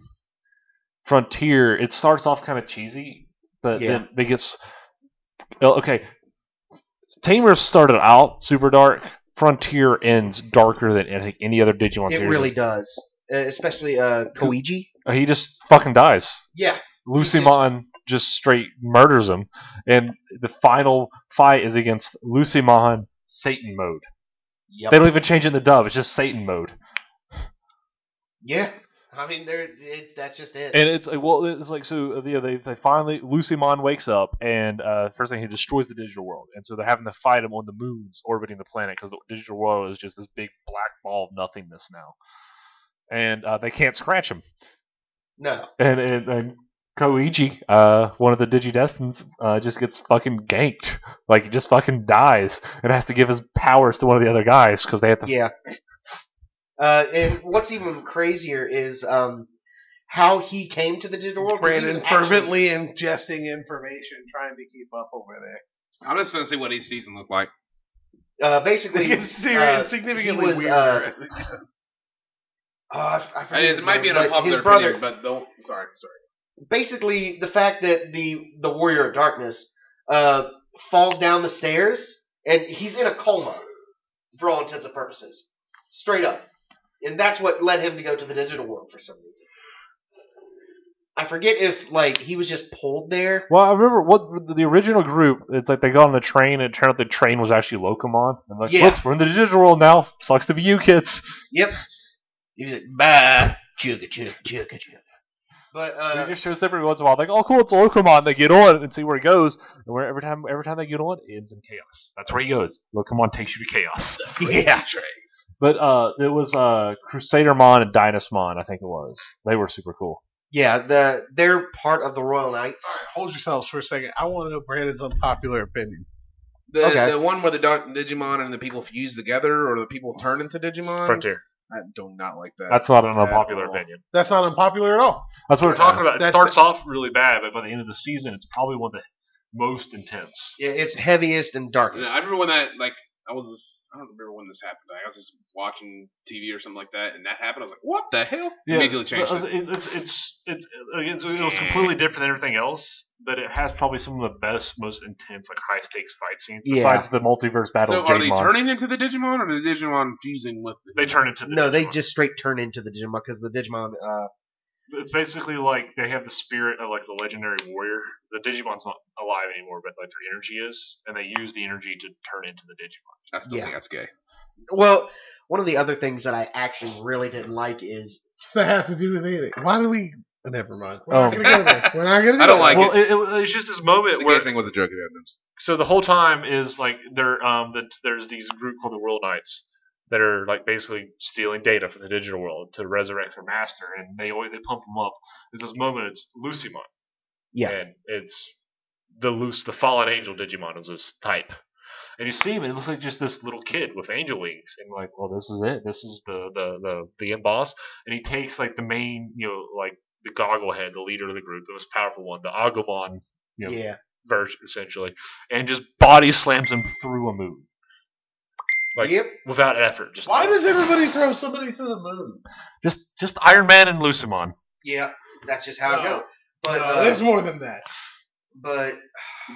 Speaker 9: Frontier. It starts off kind of cheesy, but
Speaker 4: Yeah.
Speaker 9: then it gets oh, okay. Tamers started out super dark. Frontier ends darker than I think any other
Speaker 3: Oh,
Speaker 9: Digimon
Speaker 4: It
Speaker 9: series.
Speaker 4: really does, uh, especially uh, Koichi.
Speaker 9: Uh, He just fucking dies.
Speaker 4: Yeah,
Speaker 9: Lucimon
Speaker 3: just straight murders him. And the final fight is against Lucy Mahan Satan mode.
Speaker 4: Yep.
Speaker 3: They don't even change it in the dub. It's just Satan mode.
Speaker 4: Yeah. I mean, there. It, that's just it.
Speaker 3: And it's like, well, it's like so. uh, Yeah, they they finally Lucy Mon wakes up, and uh, first thing he destroys the digital world, and so they're having to fight him on the moons orbiting the planet because the digital world is just this big black ball of nothingness now, and uh, they can't scratch him.
Speaker 4: no.
Speaker 3: And and, and Koichi, uh, one of the Digidestins, uh, just gets fucking ganked, like he just fucking dies, and has to give his powers to one of the other guys because they have to.
Speaker 4: Yeah. Uh, and what's even crazier is um, how he came to the digital world. 'cause he was
Speaker 2: Brandon
Speaker 4: actually-
Speaker 2: fervently ingesting information, trying to keep up over there.
Speaker 10: I'm just gonna see what each season looked like.
Speaker 4: uh, basically,
Speaker 2: It gets serious,
Speaker 4: uh,
Speaker 2: significantly
Speaker 4: he was,
Speaker 2: weirder.
Speaker 4: uh, oh, I, f- I forget
Speaker 10: And it
Speaker 4: his
Speaker 10: might
Speaker 4: name,
Speaker 10: be an
Speaker 4: but
Speaker 10: unpopular
Speaker 4: his brother.
Speaker 10: opinion, but don't. Sorry, sorry.
Speaker 4: Basically, the fact that the the warrior of darkness uh, falls down the stairs and he's in a coma for all intents and purposes, straight up, and that's what led him to go to the digital world for some reason. I forget if like he was just pulled there.
Speaker 3: Well, I remember what the original group. It's like they got on the train, and it turned out the train was actually Locomon. And like,
Speaker 4: Yeah.
Speaker 3: whoops, we're in the digital world now. Sucks to be you, kids.
Speaker 4: Yep. He was like, bah, chugga, chugga, chugga, chugga. But,
Speaker 3: And
Speaker 4: uh,
Speaker 3: it just shows every once in a while, like, oh, cool, it's Locomon. They get on and see where it goes. And where every time, every time they get on, it ends in chaos. That's where he goes. Locomon takes you to chaos.
Speaker 4: yeah.
Speaker 3: But uh, it was uh, Crusadermon and Dynasmon, I think it was. They were super cool.
Speaker 4: Yeah, the, they're part of the Royal
Speaker 2: All
Speaker 4: Knights.
Speaker 2: right, hold yourselves for a second. I want to know Brandon's unpopular opinion.
Speaker 10: The,
Speaker 4: Okay.
Speaker 10: the one where the Don- Digimon and the people fuse together, or the people turn into Digimon.
Speaker 3: Frontier.
Speaker 10: I do not like that.
Speaker 3: That's not an
Speaker 10: At
Speaker 3: unpopular
Speaker 10: all.
Speaker 3: opinion.
Speaker 2: That's not unpopular at all.
Speaker 3: That's what we're
Speaker 10: Yeah.
Speaker 3: talking about. It
Speaker 2: That's-
Speaker 3: starts off really bad, but by the end of the season, it's probably one of the most intense.
Speaker 4: Yeah, it's heaviest and
Speaker 10: Yeah,
Speaker 4: darkest.
Speaker 10: I remember when that like I was just, I don't remember when this happened. I was just watching TV or something like that, and that happened. I was like, "What the hell?" Immediately changed.
Speaker 3: it's,
Speaker 10: It.
Speaker 3: it's, it's, it's, it's, it's- it was completely different than everything else, but it has probably some of the best, most intense, like high stakes fight scenes.
Speaker 4: Yeah.
Speaker 3: Besides the multiverse battle
Speaker 10: So
Speaker 3: of
Speaker 10: are they
Speaker 3: Jade Mon.
Speaker 10: turning into the Digimon, or the Digimon fusing with? The
Speaker 3: they turn into the
Speaker 4: no, they
Speaker 3: Digimon.
Speaker 4: just straight turn into the Digimon because the Digimon, uh,
Speaker 3: It's basically like they have the spirit of like the legendary warrior. The Digimon's not alive anymore, but like their energy is, and they use the energy to turn into the Digimon.
Speaker 10: I still
Speaker 4: Yeah.
Speaker 10: think that's gay.
Speaker 4: well, one of the other things that I actually really didn't like is
Speaker 2: What's that have to do with anything? Why do we? Never mind. We're
Speaker 3: Oh.
Speaker 2: not gonna go there. We're not gonna.
Speaker 10: I
Speaker 2: go
Speaker 10: don't like
Speaker 2: there.
Speaker 10: it.
Speaker 3: well, it, it- it's just this moment
Speaker 10: The
Speaker 3: where
Speaker 10: gay thing was a joke at Adams.
Speaker 3: so the whole time is like there um the, there's these group called the World Knights that are like basically stealing data from the digital world to resurrect their master, and they always they pump them up. There's this moment it's Lucimon,
Speaker 4: Yeah.
Speaker 3: and it's the loose the fallen angel Digimon is this type. And you see him, and it looks like just this little kid with angel wings, and you're like, well, this is it. This is the the the the end boss, and he takes like the main, you know, like the goggle head, the leader of the group, the most powerful one, the Agumon
Speaker 4: yeah,
Speaker 3: Yeah. version essentially, and just body slams him through a moon Like-
Speaker 4: yep,
Speaker 3: without effort. Just
Speaker 2: Why does everybody throw somebody to the moon?
Speaker 3: just just Iron Man and Lucimon?
Speaker 4: yeah, that's just how it
Speaker 2: No.
Speaker 4: goes. But
Speaker 2: No,
Speaker 4: uh,
Speaker 2: there's more than that.
Speaker 4: but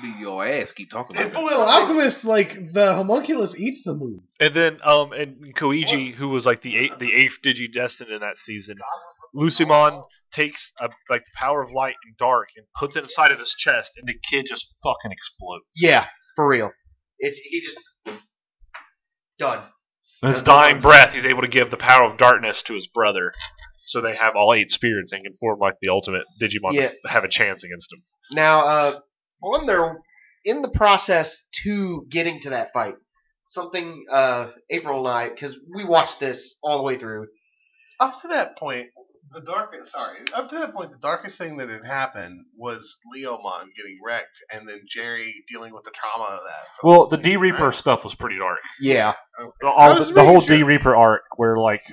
Speaker 10: Be your ass. Keep talking
Speaker 2: In
Speaker 10: about
Speaker 2: Full
Speaker 10: it.
Speaker 2: Metal Alchemist, like the homunculus eats the moon.
Speaker 3: And then um and Koichi, who was like the eight, the eighth Digi Destined in that season, Lucimon takes a, like the power of light and dark and puts it inside of his chest, and the kid just fucking explodes.
Speaker 4: yeah, for real, it's he just done.
Speaker 3: In his dying breath, he's able to give the power of darkness to his brother. So they have all eight spirits and can form like the ultimate Digimon
Speaker 4: Yeah.
Speaker 3: to have a chance against him.
Speaker 4: Now, uh, on their in the process to getting to that fight, something uh, April and I, because we watched this all the way through.
Speaker 2: Up to that point, the darkest. Sorry, up to that point, the darkest thing that had happened was Leomon getting wrecked, and then Jerry dealing with the trauma of that. for
Speaker 3: Well,
Speaker 2: whole
Speaker 3: the D
Speaker 2: season,
Speaker 3: Reaper
Speaker 2: right?
Speaker 3: stuff was pretty dark.
Speaker 4: Yeah,
Speaker 3: The, all,
Speaker 2: I was
Speaker 3: the, the whole
Speaker 2: making sure.
Speaker 3: D Reaper arc, where like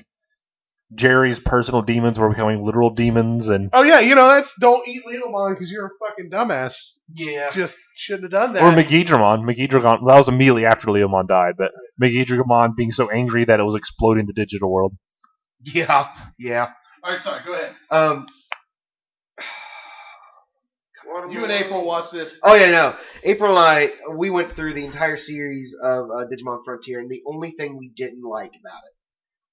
Speaker 3: Jerry's personal demons were becoming literal demons, and
Speaker 2: Oh yeah, you know that's don't eat Leomon because you're a fucking dumbass.
Speaker 4: Yeah.
Speaker 2: just shouldn't have done that.
Speaker 3: or Megidramon. Megidramon. That was immediately after Leomon died, but Megidramon being so angry that it was exploding the digital world.
Speaker 4: yeah, yeah.
Speaker 2: All right, sorry, go ahead.
Speaker 4: Um,
Speaker 2: You and April watch this.
Speaker 4: oh yeah, no. April and I, we went through the entire series of uh, Digimon Frontier, and the only thing we didn't like about it,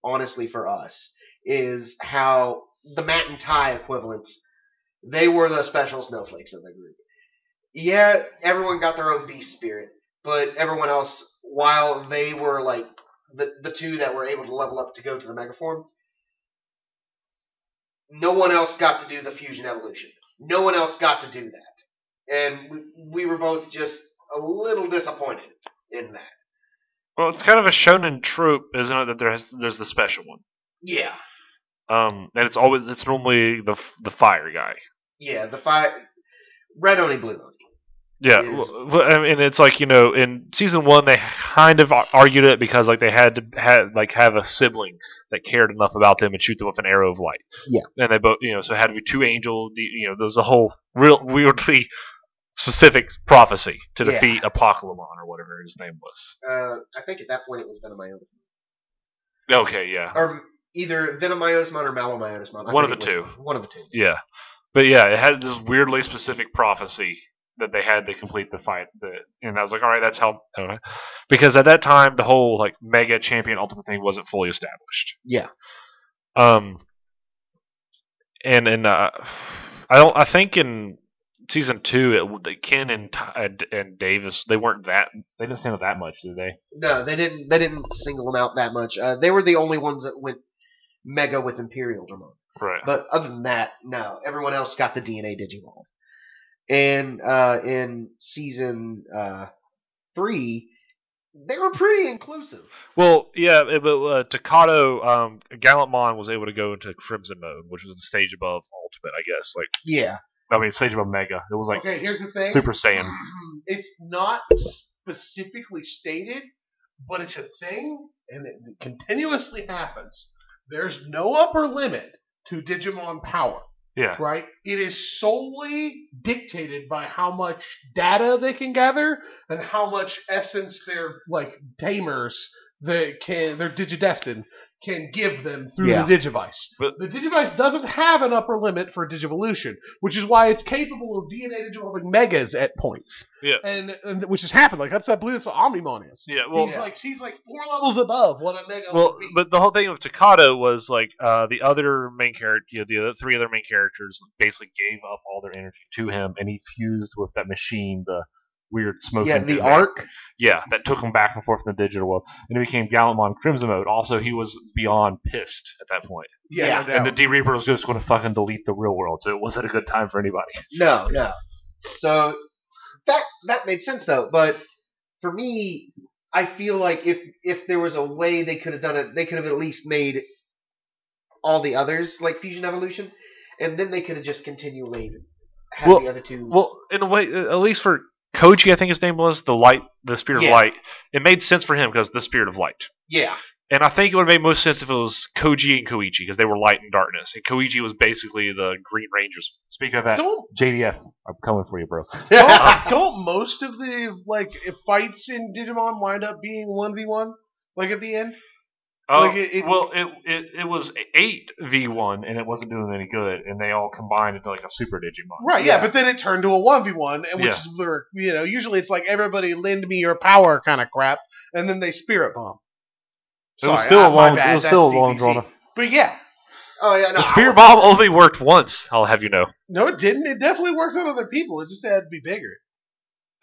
Speaker 4: honestly, for us, is how the Matt and Ty equivalents They were the special snowflakes of the group. Yeah, everyone got their own beast spirit, but everyone else, while they were like the the two that were able to level up to go to the megaform, no one else got to do the fusion evolution. No one else got to do that, and we, we were both just a little disappointed in that.
Speaker 3: Well, it's kind of a shonen trope, isn't it? That there has, there's the special one,
Speaker 4: Yeah,
Speaker 3: um, and it's always it's normally the f- the fire guy.
Speaker 4: yeah. The five, red oni, blue oni.
Speaker 3: Yeah,
Speaker 4: Yes.
Speaker 3: well, well, I mean, it's like you know, in season one, they kind of ar- argued it because like they had to had like have a sibling that cared enough about them and shoot them with an arrow of light.
Speaker 4: Yeah.
Speaker 3: and they both you know, so it had to be two angel. the- You know, there was a whole real weirdly specific prophecy to
Speaker 4: Yeah.
Speaker 3: defeat Apocalypse or whatever his name was.
Speaker 4: Uh, I think at that point it was Venomiotis,
Speaker 3: Okay, yeah,
Speaker 4: or either Venomiotismon or Malomyotismon. I
Speaker 3: One of
Speaker 4: forget
Speaker 3: the
Speaker 4: which One of the two.
Speaker 3: yeah, but yeah, it had this weirdly specific prophecy that they had to complete the fight. The, and I was like, all right, that's how. okay. Because at that time, the whole like mega champion ultimate thing wasn't fully established.
Speaker 4: Yeah.
Speaker 3: Um, and and uh, I don't. I think in season two, it, Ken and Ty- and- and Davis they weren't that. They didn't stand out that much, did they?
Speaker 4: No, they didn't. They didn't single them out that much. Uh, they were the only ones that went mega with Imperial Dramon.
Speaker 3: Right.
Speaker 4: But other than that, no. Everyone else got the DNA Digimon. And uh, in season uh, three, they were pretty inclusive.
Speaker 3: Well, yeah, it- but uh, Takato, um, Gallantmon was able to go into Crimson mode, which was the stage above Ultimate, I guess. Like,
Speaker 4: Yeah,
Speaker 3: I mean, stage above Mega. It was like
Speaker 2: okay, here's the thing.
Speaker 3: Super Saiyan.
Speaker 2: It's not specifically stated, but it's a thing, and it, it continuously happens. There's no upper limit to Digimon power,
Speaker 3: Yeah,
Speaker 2: right? It is solely dictated by how much data they can gather and how much essence their like tamers they can their digidestin can give them through
Speaker 4: Yeah.
Speaker 2: the digivice.
Speaker 3: But-
Speaker 2: the digivice doesn't have an upper limit for digivolution, which is why it's capable of DNA digivolving megas at points.
Speaker 3: Yeah.
Speaker 2: And, and which has happened. Like that's that blue that's what Omnimon is.
Speaker 3: yeah. Well,
Speaker 2: He's like she's like four levels above what a mega
Speaker 3: well,
Speaker 2: would be.
Speaker 3: but the whole thing with Takato was like uh, the other main character, you know, the other three other main characters basically gave up all their energy to him, and he fused with that machine, the weird smoking.
Speaker 4: yeah. The
Speaker 3: thing.
Speaker 4: arc.
Speaker 3: Yeah, that took him back and forth in the digital world, and it became Gallantmon Crimson mode. Also, he was beyond pissed at that point.
Speaker 4: Yeah.
Speaker 3: And the D Reaper was just going to fucking delete the real world, so it wasn't a good time for anybody.
Speaker 4: No, no. So that that made sense though, but for me, I feel like if if there was a way they could have done it, they could have at least made all the others like Fusion Evolution, and then they could have just continually had
Speaker 3: Well-
Speaker 4: the other two.
Speaker 3: Well, in a way, uh, at least for Koji, I think his name was the light, the spirit
Speaker 4: Yeah.
Speaker 3: of light. It made sense for him because the spirit of light.
Speaker 4: yeah,
Speaker 3: And I think it would have made most sense if it was Koji and Koichi because they were light and darkness, and Koichi was basically the Green Rangers. Speaking of that,
Speaker 2: don't
Speaker 11: JDF, I'm coming for you, bro.
Speaker 2: don't, don't most of the like fights in Digimon wind up being one v one? Like at the end?
Speaker 3: Oh,
Speaker 2: Like, it- it-
Speaker 3: well, it, it it was eight v one, and it wasn't doing any good, and they all combined into like a super Digimon.
Speaker 2: Right, yeah,
Speaker 4: Yeah.
Speaker 2: but then it turned to a one v one, and which
Speaker 3: Yeah.
Speaker 2: is where you know usually it's like everybody lend me your power kind of crap, and then they spirit bomb.
Speaker 11: It was
Speaker 2: Sorry,
Speaker 11: still
Speaker 2: I-
Speaker 11: a
Speaker 2: my
Speaker 11: long,
Speaker 2: bad,
Speaker 11: it was still a
Speaker 2: that's
Speaker 11: long
Speaker 2: DBZ.
Speaker 11: drawn.
Speaker 2: But yeah,
Speaker 4: oh yeah, no,
Speaker 3: The spear
Speaker 4: I-
Speaker 3: bomb only worked once. I'll have you know,
Speaker 2: no, it didn't. It definitely worked on other people. It just had to be bigger.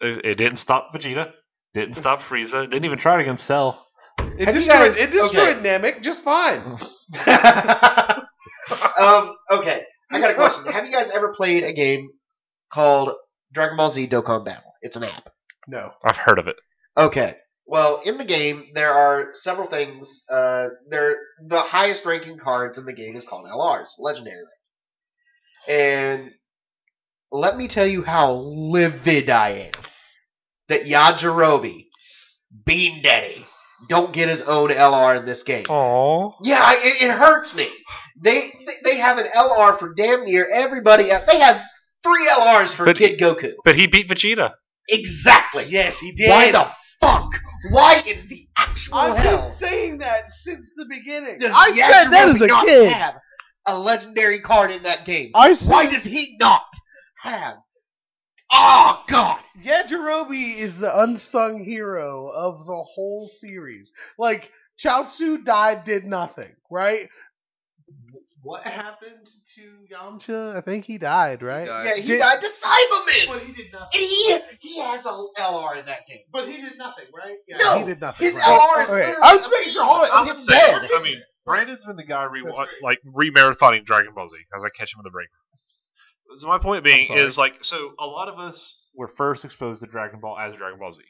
Speaker 3: it, it didn't stop Vegeta, didn't stop Frieza, didn't even try it against Cell.
Speaker 2: It
Speaker 4: Have you
Speaker 2: destroyed.
Speaker 4: guys-
Speaker 2: it destroyed Namek just fine.
Speaker 4: um, okay, I got a question. Have you guys ever played a game called Dragon Ball Z Dokkan Battle? It's an app.
Speaker 2: No,
Speaker 3: I've heard of it.
Speaker 4: Okay. Well, in the game, there are several things. Uh, there, the highest ranking cards in the game is called LRs, legendary. rank. And let me tell you how livid I am that Yajirobe, Bean Daddy, don't get his own LR in this game.
Speaker 3: Aww.
Speaker 4: Yeah, I- it, it hurts me. They they- they have an LR for damn near everybody. else. They have three LRs for
Speaker 3: But-
Speaker 4: Kid Goku.
Speaker 3: But he beat Vegeta.
Speaker 4: Exactly.
Speaker 2: yes, he did.
Speaker 4: Why the fuck? Why in the actual
Speaker 2: I've
Speaker 4: Oh, hell?
Speaker 2: been saying that since the beginning.
Speaker 4: does
Speaker 2: I
Speaker 4: Yasher
Speaker 2: said that as a
Speaker 4: not
Speaker 2: kid.
Speaker 4: Have a legendary card in that game.
Speaker 2: I said
Speaker 4: Why does he not have? Oh God!
Speaker 2: Yajirobe is the unsung hero of the whole series. Like, Chaozu died, did nothing, right? what happened to Yamcha? I think he died, right?
Speaker 4: Yeah, he
Speaker 2: Uh, Did-
Speaker 4: died to Cybermen!
Speaker 2: But he did nothing.
Speaker 4: And he, he has a LR in that game.
Speaker 2: But he did nothing, right? Yeah,
Speaker 4: No,
Speaker 2: he did nothing.
Speaker 4: His
Speaker 2: right.
Speaker 4: LR is
Speaker 2: Okay,
Speaker 4: literally- I was making sure, hold on,
Speaker 12: I'm
Speaker 4: it's
Speaker 12: saying,
Speaker 4: dead.
Speaker 12: I mean, Brandon's been the guy re- like re-marathoning Dragon Ball Z because I catch him in the break. So my point being
Speaker 3: sorry.
Speaker 12: is like, so a lot of us were first exposed to Dragon Ball as Dragon Ball Z.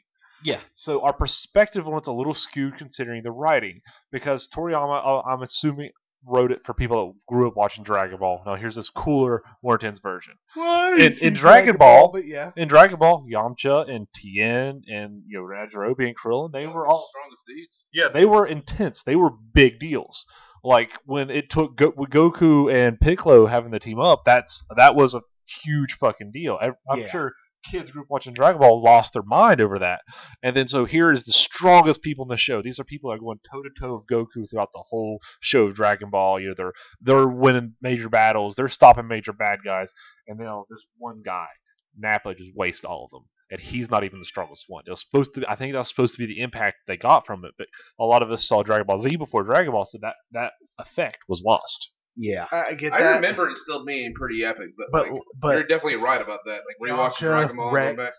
Speaker 3: So our perspective on it's a little skewed considering the writing, because Toriyama, uh, I'm assuming, wrote it for people that grew up watching Dragon Ball. Now here's this cooler, more intense version.
Speaker 2: What?
Speaker 3: In- in Dragon Ball-
Speaker 2: but yeah.
Speaker 3: In Dragon Ball, Yamcha and Tien and you know Yajirobe and Krillin, they were all
Speaker 1: strongest dudes.
Speaker 3: yeah, they were intense. They were big deals. Like when it took Go- with Goku and Piccolo having the team up, that's that was a huge fucking deal. I, I'm
Speaker 4: Yeah.
Speaker 3: sure kids group watching Dragon Ball lost their mind over that. And then so here is the strongest people in the show. These are people that are going toe to toe with Goku throughout the whole show of Dragon Ball. You know, they're they're winning major battles, they're stopping major bad guys, and then oh, this one guy, Nappa, just wastes all of them. And he's not even the strongest one. It was supposed to. I think that was supposed to be the impact they got from it, but a lot of us saw Dragon Ball Z before Dragon Ball, so that that effect was lost.
Speaker 4: Yeah.
Speaker 2: I I get that.
Speaker 1: I remember it still being pretty epic, but,
Speaker 2: but
Speaker 1: like,
Speaker 2: but
Speaker 1: you're definitely right about that. Like rewatching
Speaker 2: Gotcha,
Speaker 1: Dragon Ball going
Speaker 2: wrecked.
Speaker 1: back.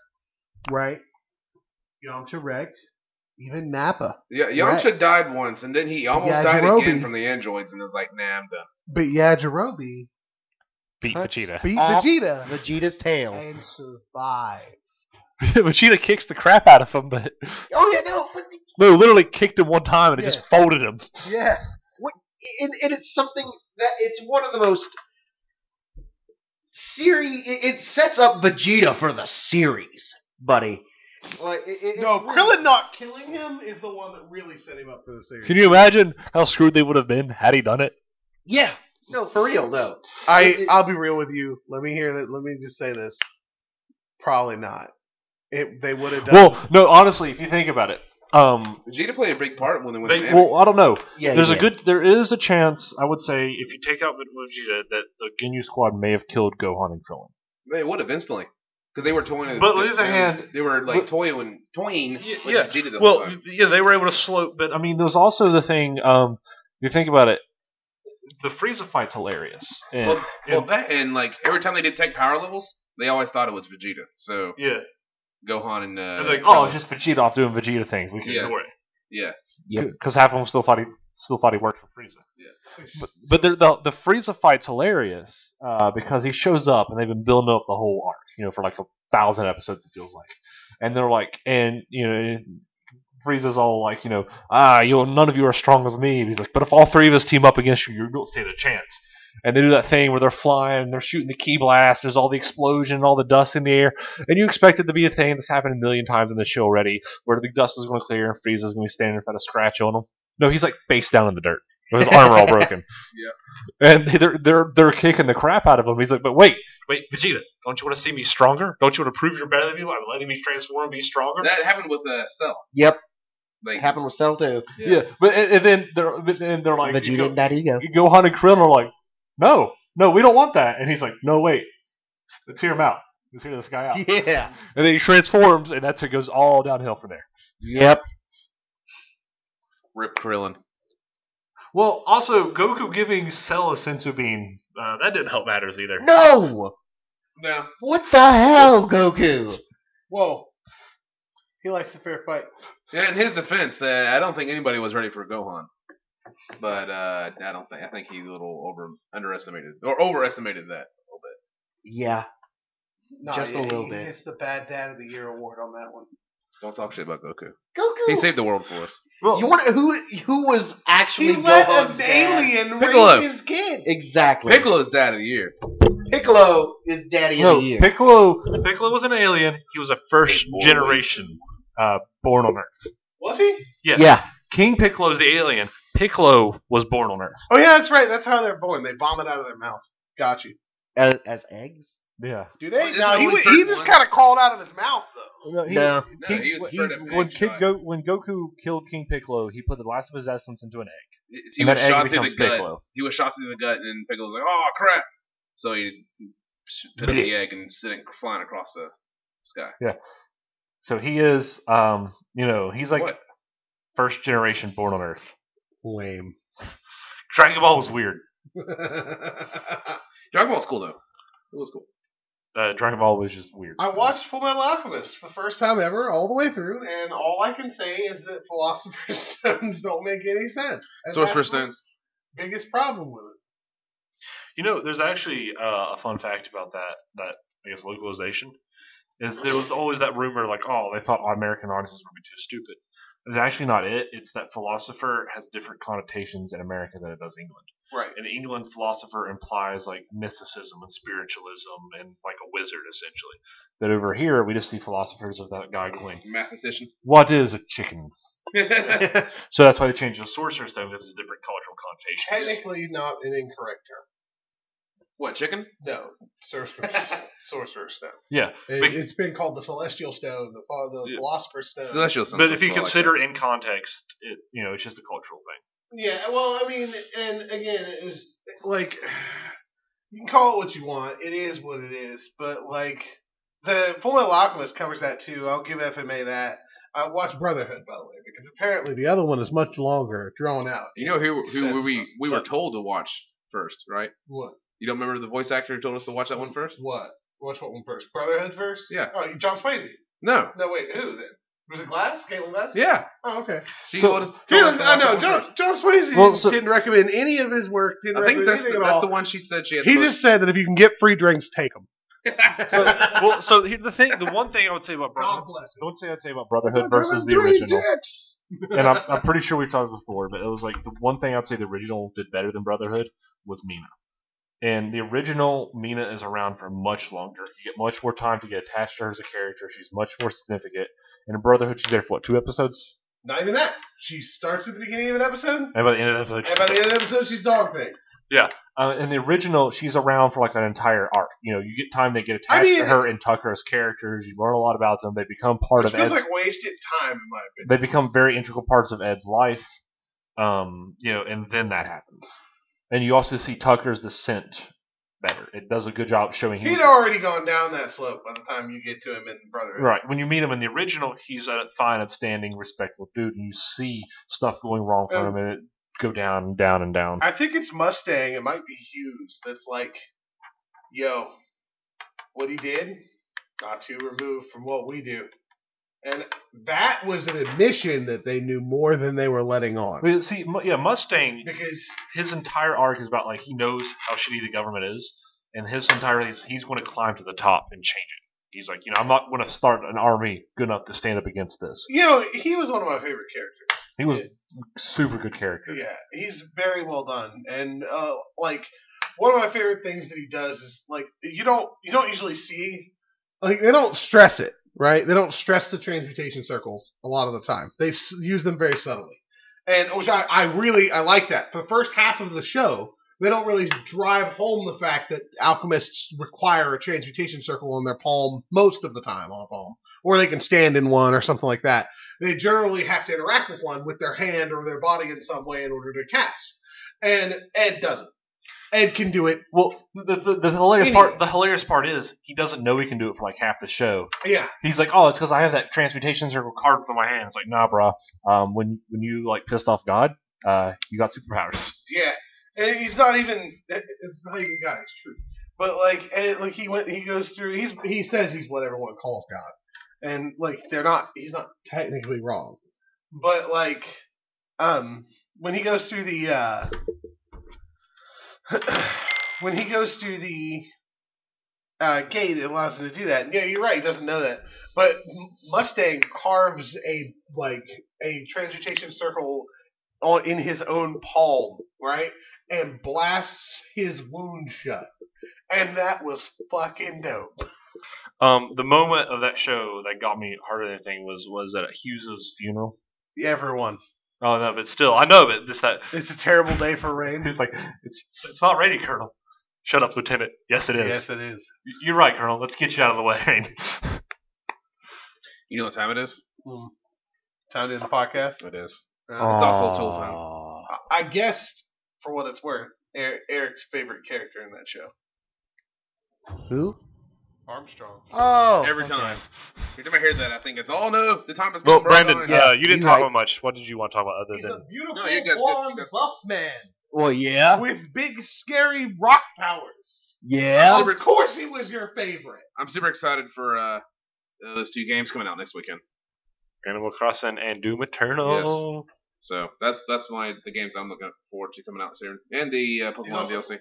Speaker 2: right, Yamcha wrecked. Even Nappa.
Speaker 1: Yeah, Yamcha died once, and then he almost
Speaker 2: Yeah,
Speaker 1: died
Speaker 2: Jirobe.
Speaker 1: again from the androids, and it was like, nah, I'm done.
Speaker 2: But yeah, Jirobe
Speaker 3: Beat
Speaker 2: cuts-
Speaker 3: Vegeta.
Speaker 2: beat
Speaker 4: Off
Speaker 2: Vegeta
Speaker 4: Vegeta's tail.
Speaker 2: and survived.
Speaker 3: Vegeta kicks the crap out of him, but
Speaker 4: Oh, yeah, no, but the-
Speaker 3: no, literally kicked him one time and it
Speaker 2: Yeah.
Speaker 3: just folded him.
Speaker 2: Yeah.
Speaker 4: and, and it's something that it's one of the most series. It, it sets up Vegeta for the series, buddy. Like, it, it,
Speaker 2: No,
Speaker 4: it's weird.
Speaker 2: Krillin not killing him is the one that really set him up for the series.
Speaker 3: Can you imagine how screwed they would have been had he done it?
Speaker 4: Yeah, no, for real, no.
Speaker 2: I
Speaker 4: It-
Speaker 2: I'll be real with you. Let me hear that. Let me just say this. Probably not. It, they would have done.
Speaker 3: Well, no, honestly, if you think about it, um,
Speaker 1: Vegeta played a big part when they went.
Speaker 12: They-
Speaker 1: to
Speaker 3: well, I don't know.
Speaker 4: Yeah,
Speaker 3: There's
Speaker 4: yeah.
Speaker 3: a good, there is a chance.
Speaker 12: I would say if you take out Vegeta, that the Ginyu squad may have killed Gohan and Krillin.
Speaker 1: They would have instantly. Because they were toying.
Speaker 12: But on the other hand-
Speaker 1: they were like
Speaker 12: but-
Speaker 1: toying, toying
Speaker 12: Yeah,
Speaker 1: with
Speaker 12: yeah.
Speaker 1: Vegeta the whole
Speaker 12: Well,
Speaker 1: time.
Speaker 12: yeah, they were able to slope, but I mean, there's also the thing. Um, you think about it, the Frieza fight's hilarious. And,
Speaker 1: Well, well, that and like every time they did tech power levels, they always thought it was Vegeta. So
Speaker 12: yeah,
Speaker 1: Gohan and uh,
Speaker 12: and like,
Speaker 1: Krillin.
Speaker 12: oh, it's just Vegeta off doing Vegeta things. We can
Speaker 1: Yeah.
Speaker 12: ignore it
Speaker 1: yeah,
Speaker 3: because half of them still thought he still thought he worked for Frieza. But, but the, the the Frieza fight's hilarious uh, because he shows up and they've been building up the whole arc, you know, for like a thousand episodes it feels like, and they're like, and you know. Frieza's all like, you know, ah, you none of you are as strong as me. And he's like, but if all three of us team up against you, you don't stand a chance. And they do that thing where they're flying and they're shooting the key blast. There's all the explosion and all the dust in the air, and you expect it to be a thing that's happened a million times in the show already where the dust is going to clear and Frieza's going to be standing in front of Scratch on him. No, he's like face down in the dirt with his armor all broken. Yeah, and they're they're they're kicking the crap out of him. He's like, but wait,
Speaker 12: Wait, Vegeta, don't you want to see me stronger? Don't you want to prove you're better than me by letting me transform and be stronger?
Speaker 1: that happened with uh, Cell.
Speaker 4: Yep,
Speaker 1: Like,
Speaker 4: happened with Cell too.
Speaker 1: Yeah.
Speaker 3: yeah. But and, and then they're but then they're like,
Speaker 4: Vegeta
Speaker 3: you go,
Speaker 4: and that ego.
Speaker 3: you go Gohan and Krillin are like, no, no, we don't want that. And he's like, no, wait, let's hear him out. Let's hear this guy out.
Speaker 4: Yeah.
Speaker 3: And then he transforms, and that's it goes all downhill from there.
Speaker 4: Yep.
Speaker 1: Rip Krillin.
Speaker 12: Well, also Goku giving Cell a sensu beam uh, that didn't help matters either.
Speaker 4: No.
Speaker 1: No,
Speaker 4: What the hell, Goku?
Speaker 2: Whoa. He likes a fair fight.
Speaker 1: yeah, in his defense, uh, I don't think anybody was ready for Gohan. But uh, I don't think I think he a little over underestimated or overestimated that a little bit.
Speaker 4: Yeah.
Speaker 2: No,
Speaker 4: Just a
Speaker 2: yeah,
Speaker 4: little
Speaker 2: he
Speaker 4: bit.
Speaker 2: Gets the bad dad of the year award on that one.
Speaker 1: Don't talk shit about Goku.
Speaker 4: Goku.
Speaker 1: He saved the world for us.
Speaker 4: you want to who? Who was actually
Speaker 2: He let
Speaker 4: Gohan's
Speaker 2: an
Speaker 4: dad?
Speaker 2: alien
Speaker 1: Piccolo.
Speaker 2: raise his kid.
Speaker 4: Exactly.
Speaker 1: Piccolo's dad of the year.
Speaker 4: Piccolo is daddy of
Speaker 3: No,
Speaker 4: the year.
Speaker 3: Piccolo,
Speaker 12: Piccolo was an alien. He was a first generation uh, born on Earth.
Speaker 1: Was he?
Speaker 12: Yes.
Speaker 4: Yeah.
Speaker 12: King Piccolo's the alien. Piccolo was born on Earth.
Speaker 2: Oh yeah, that's right. That's how they're born. They vomit out of their mouth. Got you.
Speaker 4: As, as eggs.
Speaker 3: yeah.
Speaker 2: Do
Speaker 1: Well,
Speaker 2: they?
Speaker 1: isn't
Speaker 2: No,
Speaker 1: it
Speaker 2: he,
Speaker 1: only
Speaker 2: was, he
Speaker 1: certain
Speaker 2: just
Speaker 1: ones?
Speaker 2: kind of called out of his mouth though.
Speaker 3: No, he-
Speaker 4: no.
Speaker 1: No,
Speaker 3: King-
Speaker 1: he was
Speaker 3: he-
Speaker 1: straight up an
Speaker 3: when
Speaker 1: egg
Speaker 3: Kid
Speaker 1: shot.
Speaker 3: Go, when Goku killed King Piccolo, he put the last of his essence into an egg.
Speaker 1: He
Speaker 3: and
Speaker 1: was
Speaker 3: that egg
Speaker 1: shot through
Speaker 3: becomes
Speaker 1: the gut.
Speaker 3: Piccolo.
Speaker 1: He was shot through the gut, and Piccolo's like, "Oh crap!" So he put in the egg and sent it flying across the sky.
Speaker 3: So he is, um, you know, he's like
Speaker 1: What?
Speaker 3: first generation born on Earth.
Speaker 2: Lame.
Speaker 12: Dragon Ball was weird.
Speaker 10: Dragon Ball's cool though. It was cool.
Speaker 13: Uh, Dragon Ball was just weird.
Speaker 2: I watched Full Metal Alchemist for the first time ever, all the way through, and all I can say is that Philosopher's Stones don't make any sense. And
Speaker 10: Sorcerer's
Speaker 2: that's my
Speaker 10: Stones.
Speaker 2: Biggest problem with it.
Speaker 13: You know, there's actually uh, a fun fact about that that I guess localization is there was always that rumor like, oh, they thought American audiences would be too stupid. It's actually not it. It's that philosopher has different connotations in America than it does England.
Speaker 2: Right.
Speaker 13: In England, philosopher implies like mysticism and spiritualism and like a wizard essentially. That over here we just see philosophers of that guy going,
Speaker 10: Mathematician.
Speaker 13: "What is a chicken?" So that's why they changed the sorcerer's stone because it's different cultural connotations.
Speaker 2: Technically not an incorrect term.
Speaker 10: what, chicken?
Speaker 2: No, sorcerer's, sorcerer's stone.
Speaker 13: Yeah,
Speaker 2: It,
Speaker 13: But-
Speaker 2: it's been called the celestial stone, the, fa- the
Speaker 10: Yeah.
Speaker 2: philosopher's stone.
Speaker 10: Celestial Suns
Speaker 13: but
Speaker 10: is
Speaker 13: if you
Speaker 10: more like
Speaker 13: consider in context, it you know it's just a cultural thing.
Speaker 2: Yeah, well, I mean, and again, it was like you can call it what you want. It is what it is, but like the Full Metal Alchemist covers that too. I'll give FMA that. I watched Brotherhood by the way because apparently
Speaker 14: the other one is much longer, drawn out.
Speaker 10: that. you know who who
Speaker 14: Sense
Speaker 10: we
Speaker 14: does.
Speaker 10: we were told to watch first, right?
Speaker 2: what
Speaker 10: You don't remember the voice actor who told us to watch that one
Speaker 2: Mm.
Speaker 10: first?
Speaker 2: what which one first? Brotherhood first?
Speaker 10: Yeah.
Speaker 2: Oh, John Swayze.
Speaker 10: No.
Speaker 2: No, wait, who then? Was it Glass? Caitlin Glass?
Speaker 10: Yeah.
Speaker 2: Oh, okay.
Speaker 10: She
Speaker 3: So-
Speaker 10: told us. told us
Speaker 2: Caitlin,
Speaker 10: to
Speaker 2: I
Speaker 10: watch that
Speaker 2: know.
Speaker 10: one
Speaker 2: John,
Speaker 10: first.
Speaker 2: John Swayze
Speaker 3: Well, so-
Speaker 2: didn't recommend any of his work. Didn't
Speaker 10: I think
Speaker 2: recommend
Speaker 10: that's the,
Speaker 2: anything at
Speaker 10: that's
Speaker 2: all.
Speaker 10: the one she said she had.
Speaker 2: he
Speaker 10: the
Speaker 2: just said that if you can get free drinks, take them.
Speaker 3: So, well, so here- the thing, the one thing I would say about Brotherhood,
Speaker 2: bless
Speaker 3: I would say I'd say about Brotherhood versus the original, and I'm, I'm pretty sure we've talked before, but it was like the one thing I'd say the original did better than Brotherhood was Mina, and the original Mina is around for much longer. You get much more time to get attached to her as a character. She's much more significant. And in Brotherhood, she's there for what two episodes,
Speaker 2: Not even that. She starts at the beginning of an episode,
Speaker 3: and by the end of the episode,
Speaker 2: and by the end of the episode, she's dog thing.
Speaker 3: uh, in the original, she's around for like an entire arc. You know, you get time they get attached
Speaker 2: mean-
Speaker 3: to her and Tucker as characters. You learn a lot about them. They become part
Speaker 2: Which
Speaker 3: of Ed's.
Speaker 2: feels like wasted time, in my opinion.
Speaker 3: they become very integral parts of Ed's life. Um, you know, and then that happens, and you also see Tucker's descent better. It does a good job showing he
Speaker 2: He'd
Speaker 3: was
Speaker 2: already gone down that slope by the time you get to him in Brotherhood.
Speaker 3: Right. When you meet him in the original, he's a fine, upstanding, respectable dude, and you see stuff going wrong for
Speaker 2: Oh.
Speaker 3: him, and it go down and down and down.
Speaker 2: I think it's Mustang. It might be Hughes. That's like, yo, what he did, not too removed from what we do. And that was an admission that they knew more than they were letting on.
Speaker 3: But see, Mu- yeah, Mustang,
Speaker 2: Because
Speaker 3: his entire arc is about like he knows how shitty the government is, and his entire he's, he's going to climb to the top and change it. He's like, you know, I'm not going to start an army good enough to stand up against this.
Speaker 2: you know, he was one of my favorite characters.
Speaker 3: He was super good character.
Speaker 2: Yeah, he's very well done, and uh, like one of my favorite things that he does is like you don't you don't usually see
Speaker 14: Like they don't stress it, right? They don't stress the transmutation circles a lot of the time. They s- use them very subtly.
Speaker 2: and which I, I really I like that. For the first half of the show,
Speaker 14: They don't really drive home the fact that alchemists require a transmutation circle on their palm most of the time on a palm, or they can stand in one or something like that.
Speaker 2: they generally have to interact with one with their hand or their body in some way in order to cast. And Ed doesn't.
Speaker 14: Ed can do it.
Speaker 3: Well, the, the, the hilarious part the hilarious part is he doesn't know he can do it for like half the show.
Speaker 2: Yeah.
Speaker 3: He's like, oh, it's because I have that transmutation circle carved from my hand. It's like, nah, bro. Um, when when you like pissed off God, uh, you got superpowers.
Speaker 2: Yeah, and he's not even. It's not even God. It's truth. But like, and like he went, he goes through. He's he says he's what everyone calls God, and like they're not. He's not technically wrong, but like, um, when he goes through the, uh when he goes through the uh, gate, it allows him to do that. Yeah, you're right. He doesn't know that. But Mustang carves a like a transmutation circle on in his own palm, right? And blasts his wound shut. And that was fucking dope.
Speaker 13: Um, the moment of that show that got me harder than anything was was at Hughes's funeral.
Speaker 2: Everyone.
Speaker 13: Oh no, but still, I know, but this that
Speaker 2: It's a terrible day for rain.
Speaker 13: he's like, it's it's not ready, Colonel. Shut up, Lieutenant. Yes, it is.
Speaker 2: Yes, it is.
Speaker 13: You're right, Colonel. Let's get you out of the way.
Speaker 10: You know what time it is?
Speaker 2: Hmm. Time to end the podcast.
Speaker 10: It is.
Speaker 2: Uh,
Speaker 10: It's also tool time.
Speaker 2: I- I guessed, for what it's worth, Er- Eric's favorite character in that show.
Speaker 4: Who?
Speaker 2: Armstrong.
Speaker 4: Oh,
Speaker 10: Every time. Every time I hear that, I think it's oh no, the time is
Speaker 13: well,
Speaker 10: gone, bro,
Speaker 13: Brandon,
Speaker 10: gone."
Speaker 13: uh, you didn't
Speaker 4: you
Speaker 13: talk
Speaker 4: right.
Speaker 13: about much. What did you want to talk about other
Speaker 2: He's
Speaker 13: than
Speaker 2: a beautiful
Speaker 10: No, you guys good. You
Speaker 2: blonde
Speaker 10: guys-
Speaker 2: buff man.
Speaker 4: Well, yeah,
Speaker 2: with big scary rock powers.
Speaker 4: yeah.
Speaker 2: Of course, he was your favorite.
Speaker 1: I'm super excited for uh, those two games coming out next weekend.
Speaker 13: Animal Crossing and Doom Eternal.
Speaker 1: So that's that's my the games I'm looking forward to coming out soon, and the uh, Pokemon DLC.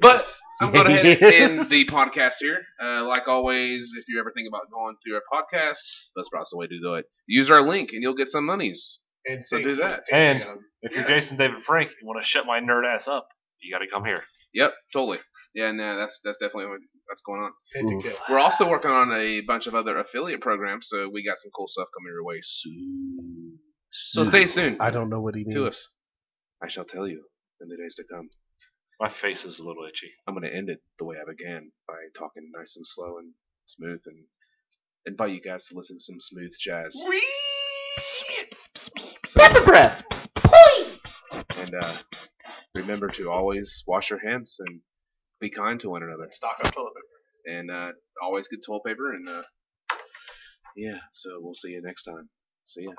Speaker 1: But I'm going to head and end the podcast here. Uh, like always, if you ever think about going through our podcast, that's probably the way to do it. Use our link, and you'll get some monies.
Speaker 14: And
Speaker 1: So do that.
Speaker 13: And-
Speaker 14: Patreon.
Speaker 13: If you're Jason David Frank, you want to shut my nerd ass up, you got to come here.
Speaker 1: Yep, totally. Yeah, no, that's that's definitely what, that's going on.
Speaker 14: Pentakill.
Speaker 1: We're also working on a bunch of other affiliate programs, so we got some cool stuff coming your way soon. So stay soon
Speaker 14: I don't know what he means.
Speaker 1: to us. I shall tell you in the days to come.
Speaker 13: My face is a little itchy.
Speaker 1: I'm going to end it the way I began by talking nice and slow and smooth and invite you guys to listen to some smooth jazz. So,
Speaker 4: Rapid breath.
Speaker 1: and uh, remember to always wash your hands and be kind to one another.
Speaker 14: Stock up toilet paper.
Speaker 1: And uh, always get toilet paper. And uh, yeah, so we'll see you next time. See ya.